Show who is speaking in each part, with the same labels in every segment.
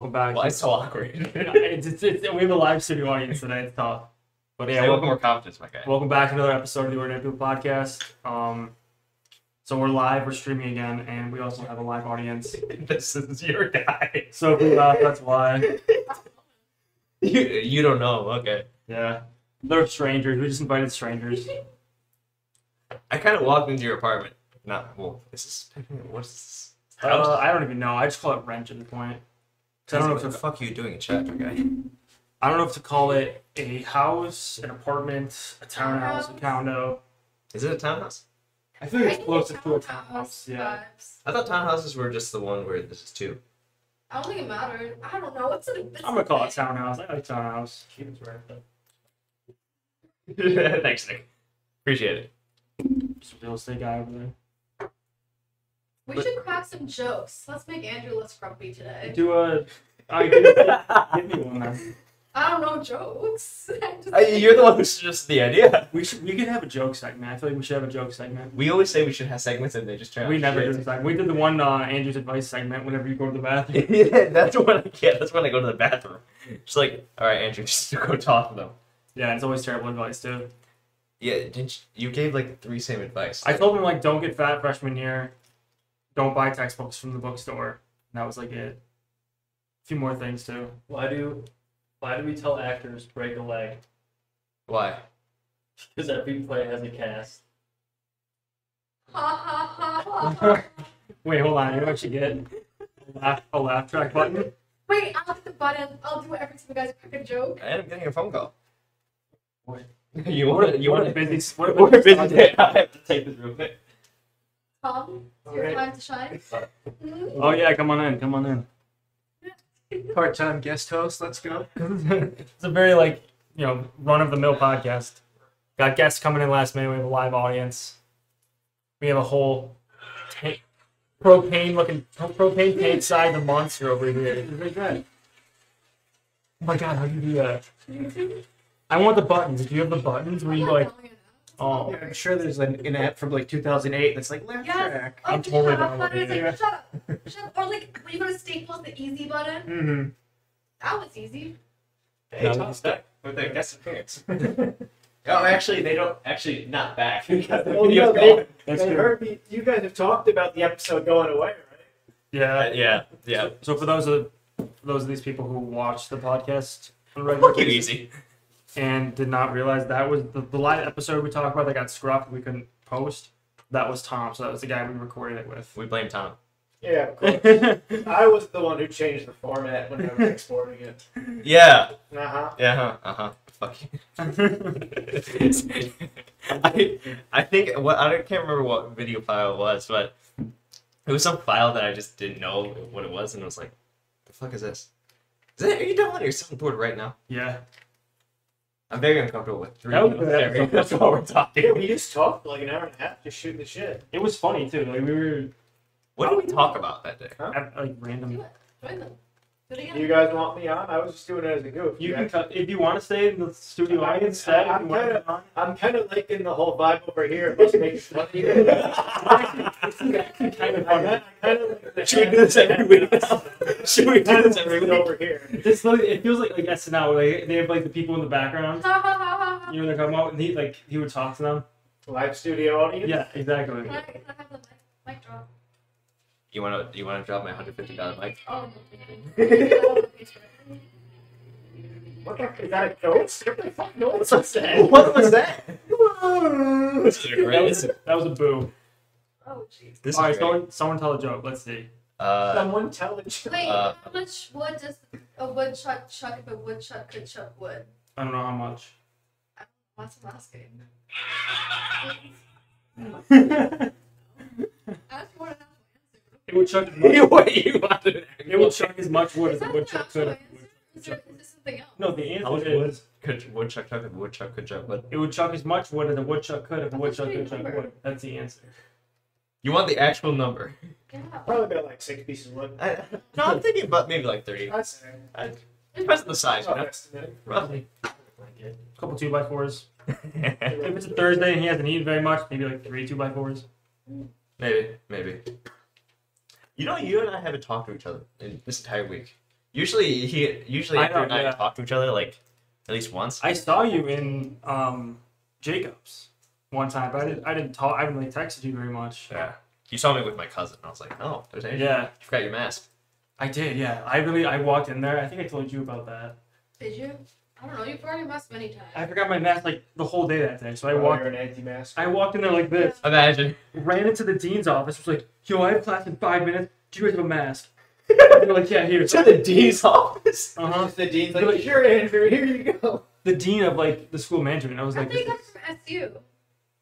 Speaker 1: Welcome back.
Speaker 2: Well, it's so awkward.
Speaker 1: it's, it's, it's, we have a live studio audience tonight. It's tough. But yeah,
Speaker 2: Say it with
Speaker 1: welcome,
Speaker 2: more confidence, my guy.
Speaker 1: welcome back to another episode of the Ordinary People Podcast. Um, so we're live, we're streaming again, and we also have a live audience.
Speaker 2: this is your guy.
Speaker 1: So if we laugh, that's why.
Speaker 2: You, you don't know. Okay.
Speaker 1: Yeah. They're strangers. We just invited strangers.
Speaker 2: I kind of walked into your apartment. Not well. Is this what's this? House?
Speaker 1: Uh, I don't even know. I just call it wrench at the point. 'Cause I don't know if
Speaker 2: what the
Speaker 1: to,
Speaker 2: fuck are you doing in chat, my guy.
Speaker 1: I don't know if to call it a house, an apartment, a townhouse, a condo.
Speaker 2: Is it a townhouse?
Speaker 1: I feel like it's
Speaker 3: I
Speaker 1: closer
Speaker 3: think
Speaker 1: to a
Speaker 3: it's
Speaker 1: townhouse.
Speaker 3: townhouse
Speaker 1: Yeah.
Speaker 3: vibes.
Speaker 2: I thought townhouses were just the one where this is two.
Speaker 3: I don't think it mattered. I don't know. It's a, it's
Speaker 1: I'm gonna call it
Speaker 3: a-
Speaker 1: townhouse. I like townhouse. She was right. But
Speaker 2: Thanks, Nick. Appreciate it.
Speaker 1: just a real estate guy over there.
Speaker 3: We should crack some jokes. Let's make Andrew less grumpy today.
Speaker 1: Do a. I give, give me one then.
Speaker 3: I don't know jokes. I just-
Speaker 2: Uh, You're the one who suggested the idea.
Speaker 1: We should. We could have a joke segment. I feel like we should have a joke segment.
Speaker 2: We always say we should have segments, and they just turn. out
Speaker 1: we never
Speaker 2: shit.
Speaker 1: did a segment. We did the one uh, Andrew's advice segment. Whenever you go to the bathroom.
Speaker 2: yeah, that's when I get. That's when I go to the bathroom. It's like, all right, Andrew, just go talk to them.
Speaker 1: Yeah, it's always terrible advice too.
Speaker 2: Yeah, didn't you, you gave like three same advice?
Speaker 1: I told him like, don't get fat freshman year. Don't buy textbooks from the bookstore. And that was like it. A few more things too.
Speaker 4: Why do why do we tell actors break a leg?
Speaker 2: Why?
Speaker 4: Because every play has a cast.
Speaker 3: Ha ha ha ha. ha.
Speaker 1: Wait, hold on. You know what you get? A laugh, a laugh track button.
Speaker 3: Wait, I'll hit the button. I'll do it every time you guys crack a joke.
Speaker 2: I am getting a phone call.
Speaker 4: What?
Speaker 2: You
Speaker 1: What
Speaker 2: want
Speaker 1: a,
Speaker 2: to? You
Speaker 1: what
Speaker 2: want
Speaker 1: a
Speaker 2: to?
Speaker 1: busy. What a busy,
Speaker 2: We're busy
Speaker 1: Sunday.
Speaker 2: today. I have to take this real quick.
Speaker 3: Tom, it's your
Speaker 4: Okay.
Speaker 3: time to shine. Mhm.
Speaker 1: Oh yeah, come on in. Come on in.
Speaker 5: Part-time guest host. Let's go.
Speaker 1: it's a very like you know run of the mill podcast. Got guests coming in last minute. We have a live audience. We have a whole tank, propane looking propane tank side the monster over here. It's really good. Oh my god, how do you do that? I want the buttons. Do you have the buttons where
Speaker 3: I'm
Speaker 1: you
Speaker 3: not
Speaker 1: like?
Speaker 3: down here now. It's
Speaker 1: Oh,
Speaker 3: over.
Speaker 5: I'm sure there's an, an app from like 2008 that's like laugh
Speaker 3: Yes.
Speaker 5: track.
Speaker 3: Oh,
Speaker 1: I'm
Speaker 3: just
Speaker 1: totally
Speaker 3: shut up
Speaker 1: down
Speaker 3: button.
Speaker 1: with
Speaker 3: It's
Speaker 1: it,
Speaker 3: like, shut up. Shut up. Or like, when you go to Staples, the easy button.
Speaker 1: Mm.
Speaker 5: Mm-hmm.
Speaker 3: That was easy.
Speaker 2: Hey,
Speaker 1: No,
Speaker 2: Tom's
Speaker 1: it's-
Speaker 2: back with their guest appearance. oh, actually, they don't. Actually, not back. Because the
Speaker 5: Well,
Speaker 2: video's
Speaker 5: no, they-
Speaker 2: gone.
Speaker 1: That's
Speaker 5: I
Speaker 1: good.
Speaker 5: heard me, you guys have talked about the episode going away, right?
Speaker 1: Yeah.
Speaker 2: Uh, yeah, yeah.
Speaker 1: So for those of for those of these people who watch the podcast on a regular
Speaker 2: Fuck you,
Speaker 1: basis
Speaker 2: easy.
Speaker 1: and did not realize that was the, the live episode we talked about that got scruffed. We couldn't post. That was Tom. So that was the guy we recorded it with.
Speaker 2: We blame Tom.
Speaker 5: Yeah, of course. I was the one who changed the format when I was exporting it.
Speaker 2: Yeah.
Speaker 5: Uh-huh.
Speaker 2: Yeah. Uh huh. Uh-huh. Fuck you. I, I think what I don't- can't remember what video file it was, but it was some file that I just didn't know what it was, and I was like, "The fuck is this? Is that, are you downloading your soundboard right now?"
Speaker 1: yeah.
Speaker 2: I'm very uncomfortable with three.
Speaker 1: That was a
Speaker 2: people.
Speaker 1: good episode.
Speaker 2: That's what we're
Speaker 5: Yeah,
Speaker 2: talking.
Speaker 5: we just talked for like an hour and a half just shooting the shit.
Speaker 1: It was funny too. Like we were
Speaker 2: What did we talk about that day?
Speaker 1: at, like
Speaker 3: Do
Speaker 1: random.
Speaker 3: it. Join them. Do it again.
Speaker 5: You guys want me on? I was just doing it as a goof.
Speaker 1: You
Speaker 5: guys-
Speaker 1: can cut if you want to stay in the studio
Speaker 5: I-
Speaker 1: audience. Stay. If
Speaker 5: I'm
Speaker 1: you want to
Speaker 5: kinda-
Speaker 1: come on.
Speaker 5: I'm kind of liking the whole vibe over here. It must make it funny.
Speaker 1: It's kind of funny.
Speaker 5: I kind of like the
Speaker 2: Should we do this every week? Should we do this every week?
Speaker 5: over here.
Speaker 1: It's like, it feels like like SNL. Like they have like the people in the background.
Speaker 3: Ha ha ha ha ha.
Speaker 1: You know what they're talking about? And he like he would talk to them.
Speaker 5: Live studio audience.
Speaker 1: Yeah, exactly.
Speaker 3: Can I, can I have the mic, mic drop?
Speaker 2: You wanna you wanna drop my hundred fifty dollar mic?
Speaker 3: Oh, no.
Speaker 5: What the fuck? Is that a ghost? What the fuck noise was that?
Speaker 2: What was that?
Speaker 5: What?
Speaker 2: This is
Speaker 1: That
Speaker 2: great.
Speaker 1: was, that was a boo.
Speaker 3: oh, jeez.
Speaker 2: This is
Speaker 1: All right,
Speaker 2: great.
Speaker 1: someone someone tell a joke. Let's see.
Speaker 2: Uh,
Speaker 5: Someone tell a joke.
Speaker 3: Wait,
Speaker 2: Uh,
Speaker 3: how much wood does a woodchuck chuck if a woodchuck could chuck wood?
Speaker 1: I don't know how much.
Speaker 3: What's I'm asking?
Speaker 1: it
Speaker 3: Ask more than
Speaker 1: would chuck as much.
Speaker 2: what you want to
Speaker 1: It will chuck as much wood as
Speaker 3: Is
Speaker 1: a
Speaker 3: that the
Speaker 1: woodchuck
Speaker 3: actual
Speaker 1: could.
Speaker 3: answer? Is there- is this something else?
Speaker 1: No, the
Speaker 2: How much
Speaker 1: answer
Speaker 2: wood
Speaker 1: is
Speaker 2: could woodchuck chuck if woodchuck could chuck wood?
Speaker 1: it would chuck as much wood as a woodchuck could if a woodchuck could chuck
Speaker 3: Number.
Speaker 1: wood. That's the answer.
Speaker 2: You want the actual number?
Speaker 3: Yeah.
Speaker 5: Probably about like six pieces of wood.
Speaker 2: I, no, I'm thinking about maybe like thirty.
Speaker 5: I'd say.
Speaker 2: I, depends on the size, you
Speaker 5: Rough
Speaker 2: know,
Speaker 5: estimate.
Speaker 2: roughly.
Speaker 1: Couple two by fours. If it's a Thursday and he hasn't eaten very much, maybe like three two by fours.
Speaker 2: maybe, maybe. You know, you and I haven't talked to each other in this entire week. Usually he usually
Speaker 1: I
Speaker 2: Andrew
Speaker 1: know,
Speaker 2: and I
Speaker 1: yeah.
Speaker 2: talk to each other like at least once.
Speaker 1: I saw you in um, Jacobs one time, but I didn't, I didn't talk. I haven't really texted you very much.
Speaker 2: yeah. You saw me with my cousin. I was like, oh, there's Andrew.
Speaker 1: Yeah,
Speaker 2: You forgot your mask.
Speaker 1: I did. Yeah, I really. I walked in there. I think I told you about that.
Speaker 3: Did you? I don't know. You've already messed many times.
Speaker 1: I forgot my mask like the whole day that day. So I
Speaker 5: Oh,
Speaker 1: walked.
Speaker 5: You're an anti-mask.
Speaker 1: I walked in there like this.
Speaker 2: Imagine.
Speaker 1: ran into the dean's office, was like, yo, I have class in five minutes. Do you guys have a mask? And they're like, yeah, here.
Speaker 2: To the D's office.
Speaker 1: Uh-huh.
Speaker 5: The dean's
Speaker 1: You're
Speaker 5: like,
Speaker 1: like-
Speaker 5: sure, Andrew, here you go.
Speaker 1: The dean of like the school management. I was
Speaker 3: I
Speaker 1: like,
Speaker 3: think
Speaker 1: "This
Speaker 3: I'm
Speaker 1: is-"
Speaker 3: from SU.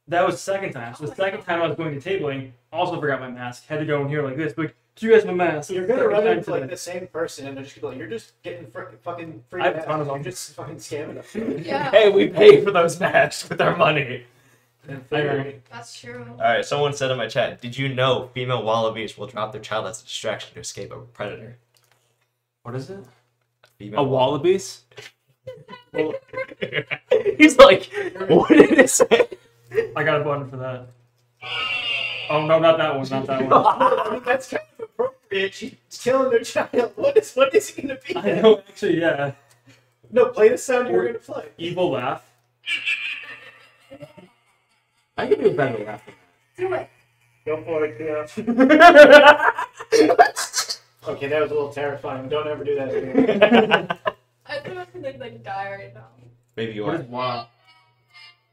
Speaker 1: that was the second time. So the second time I was going to tabling, also forgot my mask. Had to go in here like this. Like, do you guys have a mask?
Speaker 5: You're gonna
Speaker 1: Second
Speaker 5: run
Speaker 1: time
Speaker 5: into like
Speaker 1: today.
Speaker 5: the same person, and they're just gonna be like, you're just getting fr- fucking free
Speaker 1: I've
Speaker 5: masks.
Speaker 1: done it all.
Speaker 5: You're just fucking scamming them.
Speaker 3: Yeah,
Speaker 2: Hey, we pay for those masks with our money.
Speaker 1: I
Speaker 5: In theory.
Speaker 1: agree.
Speaker 3: that's true.
Speaker 2: All right, someone said in my chat, did you know female wallabies will drop their child as a distraction to escape a predator?
Speaker 1: What is it?
Speaker 2: Female
Speaker 1: wallabies?
Speaker 2: He's like, what did it say?
Speaker 1: I got a button for that. Oh, no, not that one. Not that one.
Speaker 5: Well, That's kind of appropriate. She's killing their child. What is what is it gonna be?
Speaker 1: I know, actually, yeah.
Speaker 5: No, play the sound you were gonna play.
Speaker 1: Evil laugh.
Speaker 2: I can do a better laugh.
Speaker 3: Do it.
Speaker 5: Go for it,
Speaker 1: uh,
Speaker 5: yeah. Okay, that was a little terrifying. Don't ever do that again.
Speaker 3: I thought I was gonna like die right now.
Speaker 2: Maybe you
Speaker 1: What
Speaker 2: are.
Speaker 1: is wow?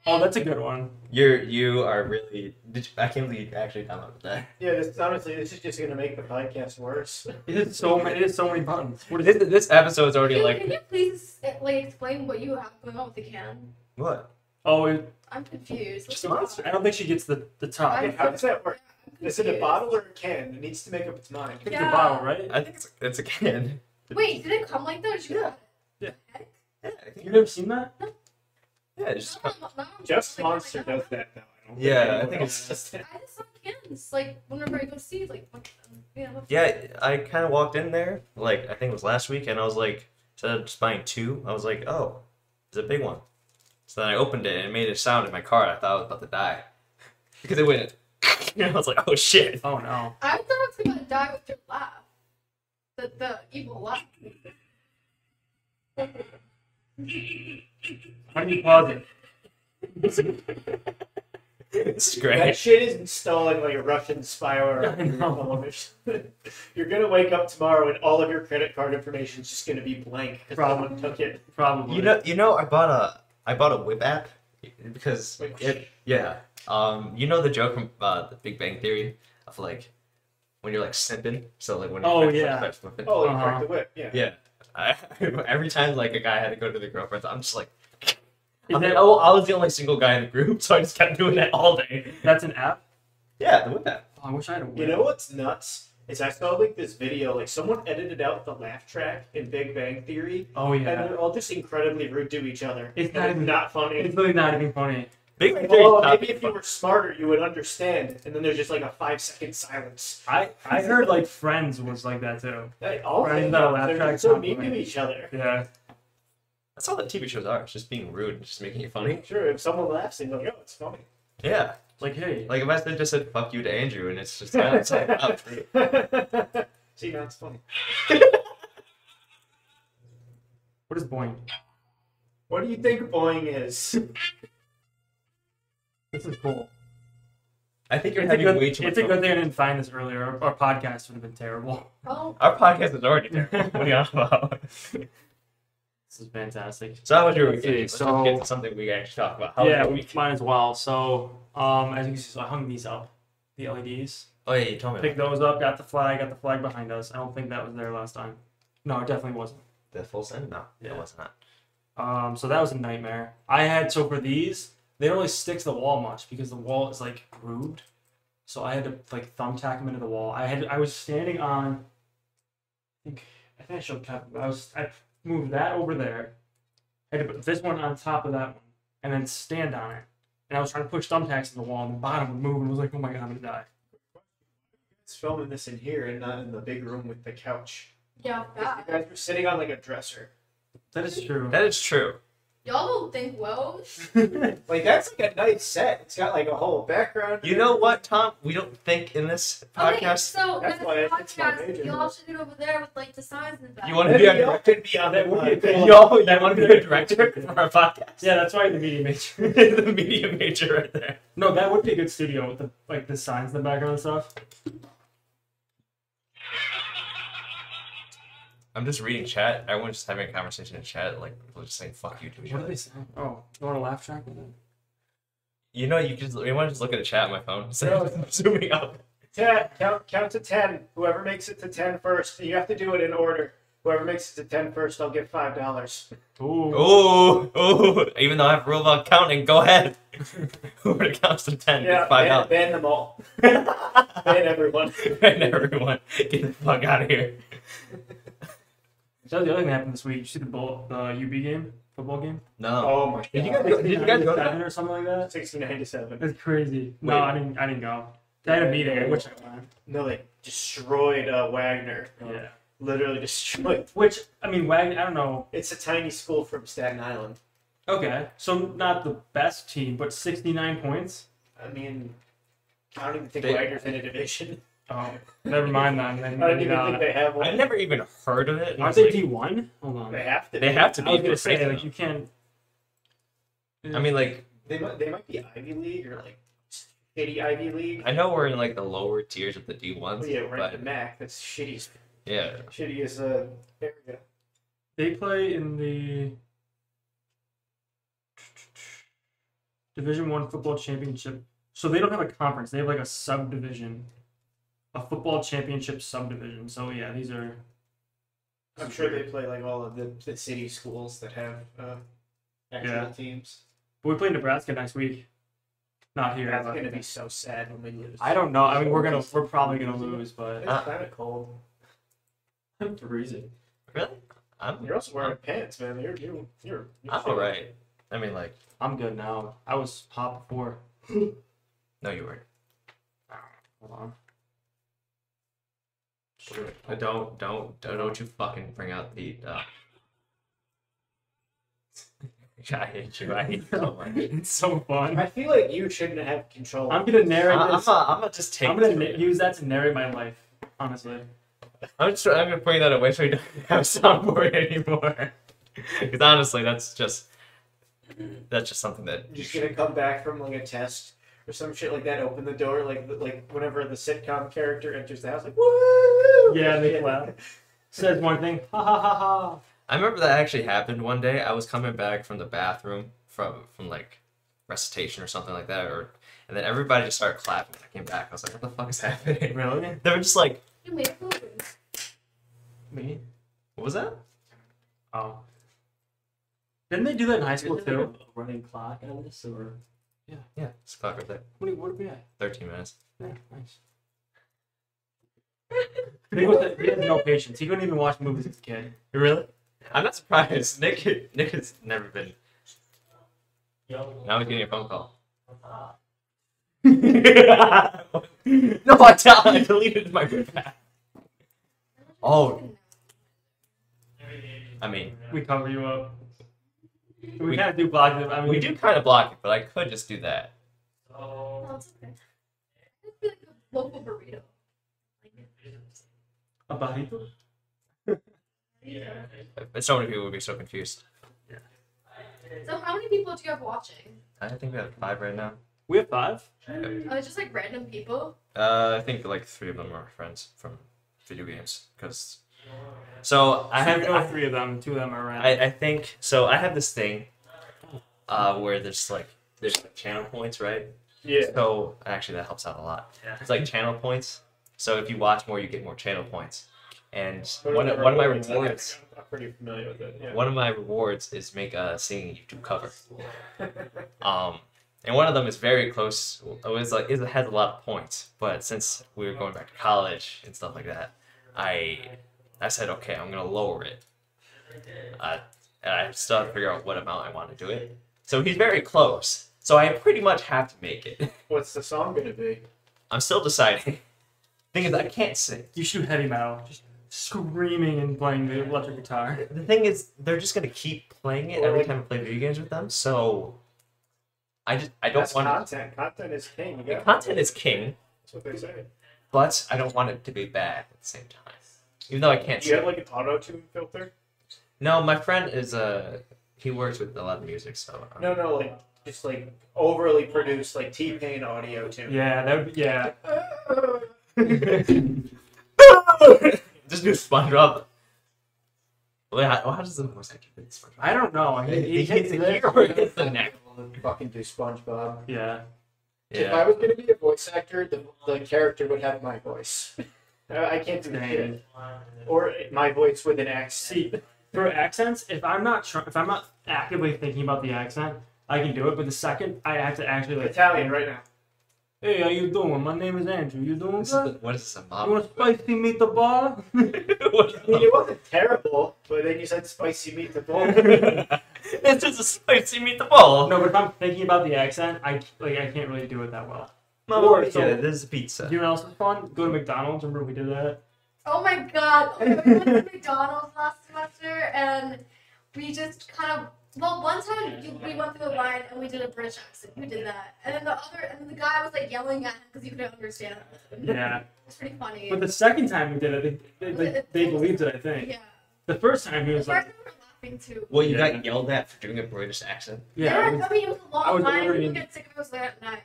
Speaker 1: Oh, that's a good one.
Speaker 2: You're you are really. Did you, I can't believe you actually downloaded that.
Speaker 5: Yeah, this, honestly, this is just gonna make the podcast worse.
Speaker 1: It is so many. It is so many buttons. What is
Speaker 2: This, this episode's already
Speaker 3: Dude,
Speaker 2: like
Speaker 3: can you please eh, like explain what you have going on with the can?
Speaker 2: what?
Speaker 1: Oh, it,
Speaker 3: I'm confused.
Speaker 2: Just a monster.
Speaker 1: I don't think she gets the the top.
Speaker 3: I-
Speaker 5: Okay, how does that work?
Speaker 3: I'm
Speaker 5: Is it a
Speaker 3: confused.
Speaker 5: bottle or a can? It needs to make up its mind.
Speaker 1: I think
Speaker 3: Yeah.
Speaker 1: the bottle, right?
Speaker 2: I think it's it's a can.
Speaker 3: Wait, did it come like that? Or did you
Speaker 2: Yeah.
Speaker 1: Yeah.
Speaker 2: Yeah, I think-
Speaker 1: You've never seen that?
Speaker 2: yeah, it's just
Speaker 3: No, no, no, no,
Speaker 5: Just
Speaker 3: like, oh
Speaker 5: Monster
Speaker 3: I don't
Speaker 5: does that now. I don't
Speaker 2: Yeah, I
Speaker 5: anyone
Speaker 2: think
Speaker 5: else
Speaker 2: it's-
Speaker 5: does
Speaker 3: I just saw cans like whenever I go see like what, you know.
Speaker 2: yeah. I kind of walked in there like I think it was last week, and I was like, instead of just buying two, I was like, oh, it's a big one. So then I opened it and it made a sound in my car. and I thought I was about to die because it went. I was like, oh shit.
Speaker 1: Oh no.
Speaker 3: I thought I was gonna die with your laugh. The the evil laugh.
Speaker 1: How do you pause it?
Speaker 2: This is
Speaker 5: that.
Speaker 2: great.
Speaker 5: That shit is installing like a Russian spyware
Speaker 1: I
Speaker 5: on your
Speaker 1: know.
Speaker 5: television. You're gonna wake up tomorrow and all of your credit card information is just gonna be blank because
Speaker 1: Probably.
Speaker 5: someone took it.
Speaker 1: Probably.
Speaker 2: You know, you know, I bought a, I bought a whip app because
Speaker 5: Whip.
Speaker 2: it, yeah, um, you know the joke from uh, the Big Bang Theory of like when you're like simping, so like when you're
Speaker 1: Oh,
Speaker 2: like,
Speaker 1: yeah.
Speaker 2: like, flipping.
Speaker 5: Oh, you
Speaker 1: Uh-huh.
Speaker 5: cracked the whip. Yeah.
Speaker 2: yeah. I, every time like a guy had to go to the girlfriend's, I'm just like,
Speaker 1: Is
Speaker 2: I'm
Speaker 1: that-
Speaker 2: the- oh, I was the only single guy in the group, so I just kept doing that all day.
Speaker 1: that's an app.
Speaker 2: Yeah, the whip app.
Speaker 1: Oh, I wish I had a.
Speaker 5: You
Speaker 1: Win.
Speaker 5: know what's nuts? Is I saw like this video, like someone edited out the laugh track in Big Bang Theory,
Speaker 1: Oh
Speaker 5: and
Speaker 1: yeah.
Speaker 5: they're all just incredibly rude to each other.
Speaker 1: It's
Speaker 5: And
Speaker 1: not even-
Speaker 5: not funny.
Speaker 1: It's really not even funny.
Speaker 2: Big Bang
Speaker 5: Like,
Speaker 2: Theory.
Speaker 5: well,
Speaker 2: not
Speaker 5: maybe if you were smarter, you would understand. And then there's just like a five second silence.
Speaker 1: I I heard like Friends was like that too.
Speaker 5: Like, all
Speaker 1: Right,
Speaker 5: things
Speaker 1: that
Speaker 5: are-
Speaker 1: laugh
Speaker 5: they're
Speaker 1: track's
Speaker 5: so
Speaker 1: not
Speaker 5: mean to
Speaker 1: funny.
Speaker 5: each other.
Speaker 1: Yeah.
Speaker 2: that's all the TV shows are. It's just being rude, and just making it funny.
Speaker 5: Sure, if someone laughs, they go, "Oh, it's funny."
Speaker 2: Yeah,
Speaker 1: Like hey.
Speaker 2: like if I said just said fuck you to Andrew, and it's just kind of like, oh,
Speaker 5: See, now it's funny.
Speaker 1: What is boing?
Speaker 5: What do you think boing is?
Speaker 1: This is cool.
Speaker 2: I think you're
Speaker 1: It's a
Speaker 2: having
Speaker 1: good.
Speaker 2: way too much.
Speaker 1: It's a
Speaker 2: fun.
Speaker 1: good thing I didn't find this earlier. Our, our podcast would have been terrible.
Speaker 3: Oh,
Speaker 2: Our podcast is already there. what are you on about?
Speaker 1: This is fantastic.
Speaker 2: So how was your
Speaker 1: Let's see,
Speaker 2: weekend? Let's just
Speaker 1: so-
Speaker 2: get to something we can actually talk about. How
Speaker 1: yeah,
Speaker 2: was your week?
Speaker 1: mine as well. So, um, as you can see, so I hung these up, the E LEDs.
Speaker 2: Oh yeah, you told me.
Speaker 1: Picked those up, got the flag, got the flag behind us. I don't think that was there last time. No, it definitely wasn't.
Speaker 2: about the full send? No,
Speaker 1: Yeah.
Speaker 2: it was not.
Speaker 1: Um, so that was a nightmare. I had so for these, they don't really stick to the wall much because the wall is like grooved. So I had to like thumbtack them into the wall. I had I was standing on, I think I think I showed Kevin. but I was I moved that over there. I had to put this one on top of that one and then stand on it. And I was trying to push thumbtacks in the wall, and the bottom would move, and I was like, "Oh my god, I'm gonna die!"
Speaker 5: It's filming this in here and not in the big room with the couch.
Speaker 3: yeah,
Speaker 5: 'Cause
Speaker 3: that.
Speaker 5: You guys were sitting on like a dresser.
Speaker 1: That is true.
Speaker 2: That is true.
Speaker 3: Y'all don't think well.
Speaker 5: Like that's like a nice set. It's got like a whole background.
Speaker 2: You know what, Tom? We don't think in this
Speaker 3: Okay,
Speaker 2: podcast.
Speaker 3: so
Speaker 5: That's
Speaker 3: that's
Speaker 5: why
Speaker 3: a
Speaker 5: it's- it's my major.
Speaker 3: podcast. Y'all should get over there with like the signs in the back.
Speaker 2: You want to
Speaker 5: Maybe
Speaker 2: be a
Speaker 5: y'all
Speaker 2: director?
Speaker 5: could be on
Speaker 4: That
Speaker 5: that
Speaker 4: would be
Speaker 5: one.
Speaker 4: cool.
Speaker 2: Yo, you want to be a director for our podcast?
Speaker 4: Yeah, that's why I'm the media major.
Speaker 2: the media major right there.
Speaker 1: No, that would be a good studio with the like the signs in the background and stuff.
Speaker 2: I'm just reading chat. Everyone's just having a conversation in chat. Like people are just saying "fuck you" to each other.
Speaker 1: saying? Oh, you want a laugh track with it?
Speaker 2: You know, you just you want to just look at a chat on my phone. So
Speaker 5: No.
Speaker 2: I'm zooming up.
Speaker 5: Ten. Count count to ten. Whoever makes it to ten first. You have to do it in order. Whoever makes it to ten first, I'll give five dollars.
Speaker 1: Ooh.
Speaker 2: Oh, oh! Even though I have a rule about counting, go ahead. when it counts to ten,
Speaker 5: Yeah,
Speaker 2: get five
Speaker 5: ban,
Speaker 2: out.
Speaker 5: ban them all. ban everyone.
Speaker 2: and everyone, get the fuck out of here.
Speaker 1: That was the other thing that happened this week. You see the bull, the UB game, football game?
Speaker 2: No.
Speaker 5: Oh my god.
Speaker 2: Did you guys go- did you guys go to that?
Speaker 1: 1997 or something like that?
Speaker 5: 1697.
Speaker 1: That's crazy.
Speaker 2: Wait.
Speaker 1: No, I didn't. I didn't go. I had a meeting. I wish I went.
Speaker 5: No, they destroyed uh, Wagner.
Speaker 1: Yeah.
Speaker 5: Literally destroyed.
Speaker 1: Which I mean, Wagner. I don't know.
Speaker 5: It's a tiny school from Staten Island.
Speaker 1: Okay, so not the best team, but sixty-nine points.
Speaker 5: I mean, I don't even think
Speaker 2: They-
Speaker 5: Wagner's in a division.
Speaker 1: Oh, never mind that.
Speaker 5: I
Speaker 1: Then,
Speaker 5: don't even think they have
Speaker 2: I've
Speaker 5: one.
Speaker 2: never even heard of it. and I
Speaker 1: Aren't
Speaker 2: was
Speaker 1: they
Speaker 2: like-
Speaker 1: D one? Hold on.
Speaker 5: They have to.
Speaker 2: They
Speaker 5: be.
Speaker 2: have to
Speaker 1: I
Speaker 2: be.
Speaker 1: was
Speaker 2: if you're
Speaker 1: gonna say
Speaker 2: facing
Speaker 1: like you can't.
Speaker 2: them. I mean, like
Speaker 5: They might. They might be Ivy League or like shitty Ivy League.
Speaker 2: I know we're in like the lower tiers of the D
Speaker 5: Oh,
Speaker 2: ones,
Speaker 5: yeah, we're
Speaker 2: but
Speaker 5: in the MAC. That's shitty.
Speaker 2: yeah,
Speaker 5: Shitty as a area.
Speaker 1: they play in the Division One football championship. So they don't have a conference. They have like a subdivision, a football championship subdivision. So yeah, these are.
Speaker 5: I'm sure they play like all of the, the city schools that have uh, actual
Speaker 1: Yeah.
Speaker 5: teams.
Speaker 1: But we play Nebraska next week. Not here.
Speaker 5: That's
Speaker 1: but-
Speaker 5: gonna be so sad when we lose.
Speaker 1: I don't know. I mean, we're gonna we're probably gonna lose, but
Speaker 5: It's kind of cold.
Speaker 4: I'm freezing.
Speaker 2: really, I'm
Speaker 5: You're also wearing pants, man. You're you're you're. you're
Speaker 2: I'm alright. I mean, like,
Speaker 1: I'm good now. I was hot before.
Speaker 2: no, you weren't.
Speaker 1: Hold on.
Speaker 2: Uh, Don't, don't, don't, don't you fucking bring out the. Uh... I hate you. I hate you so much.
Speaker 1: it's so fun.
Speaker 5: I feel like you shouldn't have control.
Speaker 1: I'm gonna
Speaker 2: I-
Speaker 1: narrate
Speaker 2: I'm
Speaker 1: this.
Speaker 2: gonna, I'm gonna just take.
Speaker 1: I'm gonna na-
Speaker 2: it.
Speaker 1: use that to narrate my life. Honestly,
Speaker 2: I'm just. I'm gonna bring that away so we don't have soundboard anymore. Because honestly, that's just. That's just something that.
Speaker 5: You're
Speaker 2: You
Speaker 5: just gonna
Speaker 2: should...
Speaker 5: come back from like a test or some shit like that. Open the door like like whenever the sitcom character enters the house, like woo.
Speaker 1: Yeah, they clap. says one thing. Ha ha ha ha.
Speaker 2: I remember that actually happened one day. I was coming back from the bathroom from from like recitation or something like that, or and then everybody just started clapping. when I came back. I was like, "What the fuck is happening?"
Speaker 1: Really?
Speaker 2: They were just like,
Speaker 3: You made food.
Speaker 1: Me?
Speaker 2: "What was that?"
Speaker 1: Oh. Didn't they do that in high school
Speaker 4: Isn't there, like,
Speaker 1: too?
Speaker 4: a running clock on this or
Speaker 2: Yeah, it's clock right there.
Speaker 1: What do- what are we at?
Speaker 2: 13 minutes.
Speaker 1: Yeah, nice. He was- he had no patience. He couldn't even watch movies as a kid.
Speaker 2: Really? I'm not surprised. Nick Nick has never been. Now he's getting a phone call. no, I tell I deleted my back. Oh. I mean,
Speaker 1: We cover you up. We,
Speaker 2: We-
Speaker 1: kind of do block them. I mean,
Speaker 2: we do kind of block it, but I could just do that.
Speaker 3: No, it's okay. It'd be like a local burrito.
Speaker 1: a burrito.
Speaker 4: Yeah.
Speaker 2: But so many people would be so confused.
Speaker 3: So how many people do you have watching?
Speaker 2: I think we have five right now.
Speaker 1: We have five.
Speaker 3: Are they just like random people?
Speaker 2: Uh, I think like three of them are friends from video games. Cause so
Speaker 1: So
Speaker 2: I have
Speaker 1: you know
Speaker 2: I-
Speaker 1: three of them. Two of them are random.
Speaker 2: I, I think so. I have this thing uh, where there's like there's like channel points, right?
Speaker 5: Yeah.
Speaker 2: So actually, that helps out a lot.
Speaker 1: Yeah.
Speaker 2: It's like channel points. So if you watch more, you get more channel points. And
Speaker 5: What
Speaker 2: one
Speaker 5: are
Speaker 2: of,
Speaker 5: the
Speaker 2: one of my
Speaker 5: rewards?
Speaker 2: rewards,
Speaker 5: I'm- I'm pretty familiar with it. Yeah.
Speaker 2: one of my rewards is make uh, a singing YouTube cover. Um, and one of them is very close. It was like it has a lot of points, but since we were going back to college and stuff like that, I I said okay, I'm gonna lower it. Uh, and I still have to figure out what amount I want to do it. So he's very close. So I pretty much have to make it.
Speaker 5: What's the song gonna be?
Speaker 2: I'm still deciding. Thing is, I can't sing.
Speaker 1: you shoot heavy metal. Just screaming and playing the electric guitar.
Speaker 2: The thing is, they're just gonna keep playing it
Speaker 5: Or
Speaker 2: every
Speaker 5: like-
Speaker 2: time I play video games with them. So, I just I don't
Speaker 5: That's
Speaker 2: want
Speaker 5: content. Content is king. You
Speaker 2: the
Speaker 5: got
Speaker 2: content is king,
Speaker 5: That's what they say.
Speaker 2: but I don't want it to be bad at the same time. Even though I can't.
Speaker 5: Do you
Speaker 2: Sing.
Speaker 5: have like an auto tune filter?
Speaker 2: No, my friend is uh he works with a lot of music, so um,
Speaker 5: No, no, like just like overly produced, like T Pain audio tune.
Speaker 1: Yeah, that would be, yeah.
Speaker 2: just do SpongeBob. Wait, how, how does the voice actor do SpongeBob?
Speaker 1: I don't know. He,
Speaker 2: He
Speaker 1: he
Speaker 2: hits
Speaker 1: hits
Speaker 2: the
Speaker 1: it.
Speaker 2: ear or he hits the neck.
Speaker 5: Fucking do SpongeBob.
Speaker 1: Yeah.
Speaker 5: If I was gonna be a voice actor, the, the character would have my voice. Uh, I can't do
Speaker 1: Dang.
Speaker 5: that. Or my voice with an accent.
Speaker 1: See, for accents, if I'm not tr- if I'm not actively thinking about the accent, I can do it. But the second I have to actually like,
Speaker 5: Italian right now.
Speaker 1: hey, how you doing? My name is Andrew. You doing
Speaker 2: This is the,
Speaker 1: good?
Speaker 2: what is this, a
Speaker 1: You
Speaker 2: mob?
Speaker 1: want a spicy meatball?
Speaker 2: What is
Speaker 5: I mean, it wasn't terrible, but then you said spicy meat the bowl.
Speaker 2: the- it's just a spicy meatball.
Speaker 1: no, but if I'm thinking about the accent, I like I can't really do it that well.
Speaker 2: Mama,
Speaker 1: Or-
Speaker 2: yeah,
Speaker 1: so-
Speaker 2: this is pizza.
Speaker 1: You know what else was fun? Go to McDonald's. Remember we did that?
Speaker 3: Oh my god. We went to McDonald's last semester and we just kind of. Well, one time you, we went through the line and we did a British accent. You did that. And then the other. And the guy was like yelling at him because you couldn't understand him.
Speaker 1: Yeah.
Speaker 3: It's pretty funny.
Speaker 1: But the second time we did it, they they, they, they believed it. I think
Speaker 3: yeah.
Speaker 1: the first time he
Speaker 3: The
Speaker 1: was like,
Speaker 3: first time we were laughing too.
Speaker 2: Well, you
Speaker 1: Yeah.
Speaker 2: got yelled at for doing a British accent.
Speaker 1: yeah.
Speaker 3: There
Speaker 1: it
Speaker 3: were-
Speaker 1: was-
Speaker 3: I mean, it was a
Speaker 1: I
Speaker 3: long
Speaker 1: was
Speaker 3: line.
Speaker 1: literally-
Speaker 3: People get sick if it was late at night.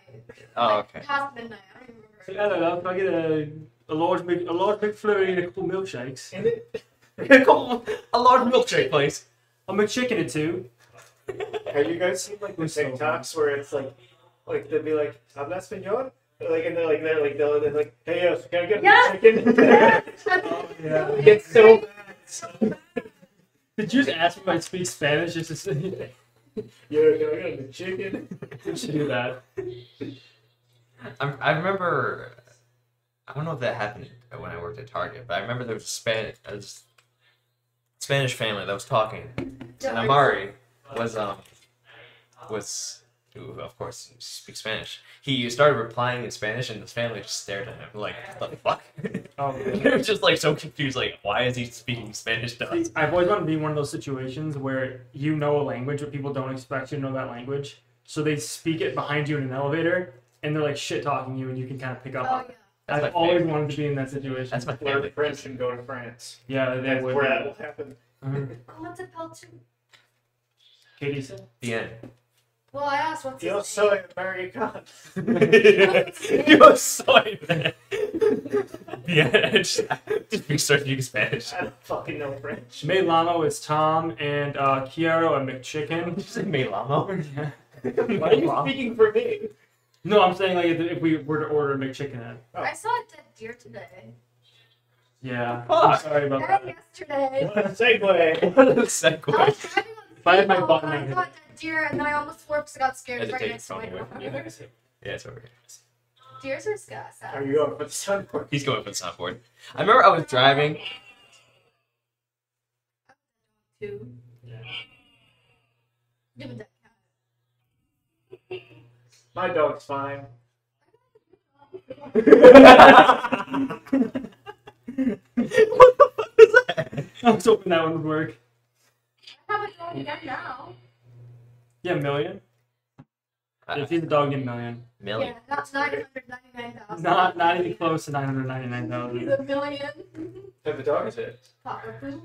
Speaker 2: Oh,
Speaker 3: Like,
Speaker 2: okay.
Speaker 3: Past midnight. I don't
Speaker 1: So,
Speaker 3: remember.
Speaker 1: I don't know. Can I get a a large big a large big flurry and a couple milkshakes?
Speaker 5: And it-
Speaker 2: Come on, a large milkshake, please.
Speaker 1: A McChicken or two.
Speaker 5: Have you guys seen like the
Speaker 1: We're so
Speaker 5: TikToks where it's like, like they'll be like, "Habla español," like and they're like they're like they'll, they're like, "Hey yo, can I get
Speaker 3: Yes!
Speaker 5: a chicken?"
Speaker 1: Oh, yeah.
Speaker 5: it's so
Speaker 3: Oh,
Speaker 1: Did you just ask me if I speak Spanish just to see
Speaker 5: yo, can I get a chicken?
Speaker 1: we should do that?
Speaker 2: I, I remember. I don't know if that happened when I worked at Target, but I remember there was a Spanish, a s- Spanish family that was talking, and Amari was um was who of course speaks Spanish. He started replying in Spanish, and his family just stared at him like, "What the fuck?"
Speaker 1: Oh,
Speaker 2: they were just like so confused, like, "Why is he speaking Spanish to us?"
Speaker 1: I've always wanted to be in one of those situations where you know a language but people don't expect you to know that language, so they speak it behind you in an elevator and they're like shit talking you and you can kind of pick up.
Speaker 3: Oh,
Speaker 1: on it.
Speaker 3: yeah.
Speaker 2: That's my
Speaker 1: I've always
Speaker 2: favorite.
Speaker 1: wanted to be in that situation.
Speaker 2: That's my
Speaker 5: Learn
Speaker 2: favorite.
Speaker 5: French and go to France.
Speaker 1: yeah, they
Speaker 5: That's
Speaker 1: would.
Speaker 5: where that will happen.
Speaker 1: Mhm.
Speaker 3: Oh, what's it called too?
Speaker 1: Katie said.
Speaker 2: The end.
Speaker 3: Well, I asked what's
Speaker 5: Yo
Speaker 3: his
Speaker 5: soy American.
Speaker 2: you are so bad. Yeah, just, just research you Spanish.
Speaker 5: I don't fucking know French.
Speaker 1: May Lamo is Tom and uh, Kiero and McChicken.
Speaker 2: Did you say Melamo?
Speaker 5: Why are you speaking for me?
Speaker 1: No, I'm saying like if, if we were to order a McChicken, at-
Speaker 3: I saw a dead deer today.
Speaker 1: yeah. I'm
Speaker 2: Fuck.
Speaker 1: sorry about
Speaker 3: And
Speaker 1: that.
Speaker 3: yesterday.
Speaker 5: What a segue.
Speaker 2: What a
Speaker 3: I
Speaker 2: segue.
Speaker 3: was driving on the
Speaker 1: If I had my
Speaker 3: field
Speaker 1: button,
Speaker 3: and
Speaker 1: I'd hit
Speaker 3: I saw a dead deer, and then I almost swore because I got scared.
Speaker 2: Had to
Speaker 3: It's right
Speaker 2: take
Speaker 3: next
Speaker 2: the
Speaker 3: to my
Speaker 2: phone away from
Speaker 3: car.
Speaker 2: Yeah, it's over.
Speaker 3: Deers are scat.
Speaker 5: Are you going for the sunboard?
Speaker 2: He's going for the soundboard. I remember I was driving.
Speaker 3: Two. Give it that cat.
Speaker 5: My dog's fine.
Speaker 2: what the fuck is that?
Speaker 1: I was hoping that one would work.
Speaker 3: I have it going again now.
Speaker 1: Yeah, million.
Speaker 2: Uh,
Speaker 1: If he's a dog named Million,
Speaker 2: Millie.
Speaker 3: Yeah, that's 999,000.
Speaker 1: not not even close to nine hundred ninety nine
Speaker 3: He's
Speaker 1: thousand.
Speaker 3: a million.
Speaker 5: What type of dog is it?
Speaker 3: Cockapoo.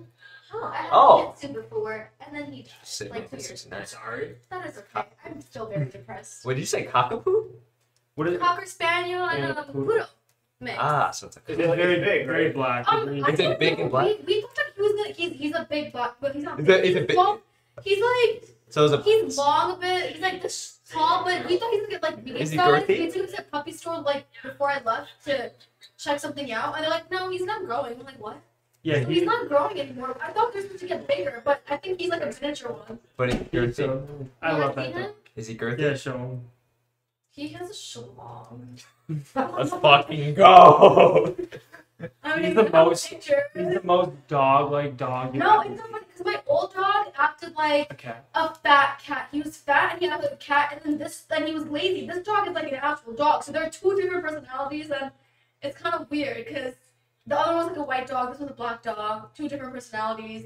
Speaker 3: Oh, I had
Speaker 2: Oh.
Speaker 3: kids too before, and then he died.
Speaker 2: Shit,
Speaker 3: like two
Speaker 2: man,
Speaker 3: years.
Speaker 2: this is nice.
Speaker 3: That is okay. I'm still very depressed.
Speaker 2: What did you say? Cockapoo?
Speaker 1: What is it?
Speaker 3: Cocker Spaniel and
Speaker 1: And
Speaker 3: a
Speaker 1: a poodle.
Speaker 3: poodle mix.
Speaker 2: Ah, so it's a
Speaker 5: Is it like
Speaker 1: very
Speaker 5: it's big,
Speaker 1: very
Speaker 5: right?
Speaker 1: black.
Speaker 3: Um, I
Speaker 1: It's a-
Speaker 3: thought
Speaker 2: big and black?
Speaker 3: We, we thought that he was a, he's he's a big black, but he's not.
Speaker 2: Is it-
Speaker 3: big.
Speaker 2: is it
Speaker 3: he's
Speaker 2: big?
Speaker 3: long- He's like
Speaker 2: So it's a.
Speaker 3: he's long a bit. He's like this tall, but we thought he was gonna get like medium
Speaker 2: Is he
Speaker 3: size.
Speaker 2: girthy?
Speaker 3: We took him to the puppy store like before I left to check something out, and they're like, no, he's not growing. I'm like, what?
Speaker 1: yeah,
Speaker 3: So he's
Speaker 1: he,
Speaker 3: not growing anymore. I thought he was supposed to get bigger, but I think he's like a miniature one.
Speaker 2: But is he girthy?
Speaker 1: so, I love that. Dog.
Speaker 2: Is he girthy?
Speaker 1: Yeah, show him.
Speaker 3: He has a schlong.
Speaker 2: Let's fucking go!
Speaker 3: I
Speaker 1: He's
Speaker 3: mean,
Speaker 1: the
Speaker 3: you know,
Speaker 1: most-
Speaker 3: picture.
Speaker 1: He's the most dog like dog. you've
Speaker 3: No,
Speaker 1: ever
Speaker 3: it's so funny because my old dog acted like
Speaker 1: Okay.
Speaker 3: a fat cat. He was fat and he acted like a cat, and then this, then he was lazy. This dog is like an actual dog, so there are two different personalities, and it's kind of weird because The other one was like a white dog. This was a black dog. Two different personalities.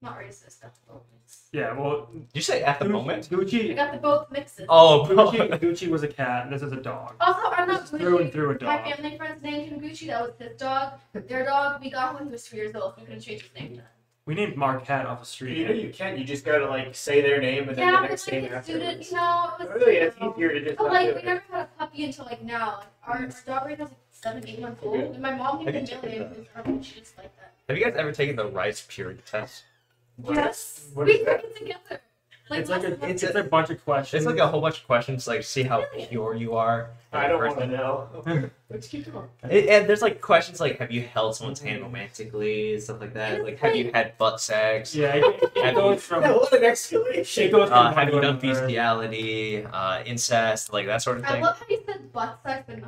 Speaker 3: Not racist. That's both mixed.
Speaker 4: Yeah, well,
Speaker 2: You say at the
Speaker 4: Gucci-
Speaker 2: moment?
Speaker 3: I
Speaker 4: Gucci,
Speaker 3: got the both mixes.
Speaker 2: Oh, bro.
Speaker 4: Gucci, Gucci was a cat. and This is a dog.
Speaker 3: Also, I'm not
Speaker 4: This is through and through a
Speaker 3: My
Speaker 4: dog.
Speaker 3: family friend's name him Gucci. That was his dog. Their dog. We got him when he was three years old. We couldn't change his name.
Speaker 4: We named Marquette off a street.
Speaker 5: You know
Speaker 4: name.
Speaker 5: you can. You just gotta like say their name and then
Speaker 3: yeah,
Speaker 5: the
Speaker 3: but
Speaker 5: next
Speaker 3: like
Speaker 5: name
Speaker 3: his
Speaker 5: afterwards.
Speaker 3: student. No, it was.
Speaker 5: Really, it's
Speaker 3: no.
Speaker 5: easier to just
Speaker 3: But
Speaker 5: not
Speaker 3: like,
Speaker 5: do
Speaker 3: we
Speaker 5: it.
Speaker 3: never had a puppy until like now. Like, our, our dog right now is like seven, eight months old. And my mom
Speaker 2: Have
Speaker 3: named
Speaker 2: you
Speaker 3: him
Speaker 2: checked
Speaker 3: Billy.
Speaker 2: that?
Speaker 3: and her puppy, She just like that.
Speaker 2: Have you guys ever taken the rice purity test?
Speaker 3: Yes.
Speaker 5: What
Speaker 3: we
Speaker 5: is
Speaker 3: took it together. Like,
Speaker 1: it's like a,
Speaker 3: last
Speaker 1: it's,
Speaker 3: month.
Speaker 1: a bunch of questions.
Speaker 2: It's like a whole bunch of questions, like see how pure you are. as a
Speaker 5: I don't
Speaker 2: person.
Speaker 5: want to know. Mm. Let's keep going.
Speaker 2: It, and there's like questions like, have you held someone's hand romantically, stuff like that. Like, have you had butt sex?
Speaker 1: yeah, it, it goes from
Speaker 5: Yeah,
Speaker 1: it
Speaker 5: what an exclamation!
Speaker 1: goes from
Speaker 2: Uh,
Speaker 1: one
Speaker 2: have you
Speaker 1: to
Speaker 2: done
Speaker 1: another.
Speaker 2: bestiality, uh, incest, like that sort of
Speaker 3: I
Speaker 2: thing?
Speaker 3: love how you said butt sex, but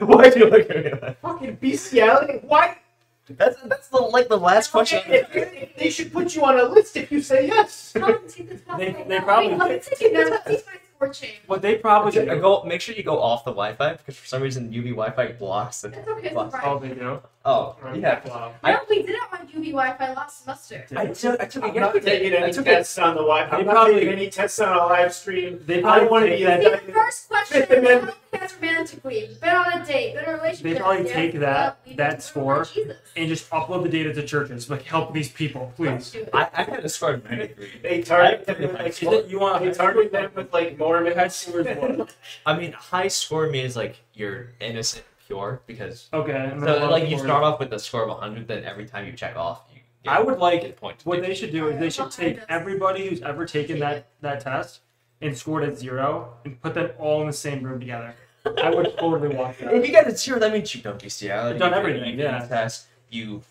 Speaker 3: not.
Speaker 2: Why do you look at me? like that?
Speaker 5: Fucking bestiality. Why?
Speaker 2: That's that's the like the last question.
Speaker 5: Okay, if you- if they should put you on a list if you say yes.
Speaker 3: How many teeth is
Speaker 1: They-
Speaker 3: right
Speaker 1: they
Speaker 3: now?
Speaker 1: probably-
Speaker 3: Wait, let me take it down. Let me see my score change.
Speaker 1: What they probably
Speaker 2: Okay,
Speaker 1: do.
Speaker 2: go make sure you go off the Wi-Fi because for some reason UV Wi-Fi blocks the.
Speaker 3: That's okay, it's
Speaker 2: blocks-
Speaker 1: Oh, they do.
Speaker 2: Oh
Speaker 5: Right.
Speaker 2: yeah. I-
Speaker 3: No, we did it on UV Wi-Fi last semester.
Speaker 2: I took I took a
Speaker 5: I'm not taking
Speaker 2: I
Speaker 5: any
Speaker 2: took a
Speaker 5: tests on the Wi Fi.
Speaker 1: They
Speaker 5: I'm not
Speaker 1: probably-
Speaker 5: taking any tests on a live stream.
Speaker 1: They
Speaker 5: I
Speaker 1: probably
Speaker 5: want to
Speaker 1: take
Speaker 5: be
Speaker 1: that-
Speaker 5: that.
Speaker 3: See, the first question
Speaker 5: Fifth
Speaker 3: is
Speaker 5: Amendment.
Speaker 3: that's romantically. Been on a date, been in a relationship.
Speaker 1: They probably
Speaker 3: yeah,
Speaker 1: take
Speaker 3: yeah,
Speaker 1: that-
Speaker 3: we-
Speaker 1: that
Speaker 3: we-
Speaker 1: score.
Speaker 3: Jesus.
Speaker 1: And just upload the data to churches. Like, help these people,
Speaker 3: Let's
Speaker 1: please.
Speaker 3: do it.
Speaker 2: I, I had a score of 93.
Speaker 5: They
Speaker 2: I-
Speaker 5: target them with
Speaker 1: Is
Speaker 5: like.
Speaker 1: it, you want
Speaker 5: They target them with like Mormons.
Speaker 1: Okay,
Speaker 2: I mean, high score means like you're innocent, pure because
Speaker 1: and then
Speaker 2: so,
Speaker 1: one
Speaker 2: like you
Speaker 1: more.
Speaker 2: start off with a score of 100, then every time you check off, you. Get,
Speaker 1: I would like
Speaker 2: get a point.
Speaker 1: What they should do is they should take everybody who's ever taken that that test and scored at zero and put them all in the same room together. I would totally watch that.
Speaker 2: If you get a zero, that means you've done bestiality.
Speaker 1: You've done
Speaker 2: you've
Speaker 1: everything,
Speaker 2: you've done
Speaker 1: yeah.
Speaker 2: Test. You.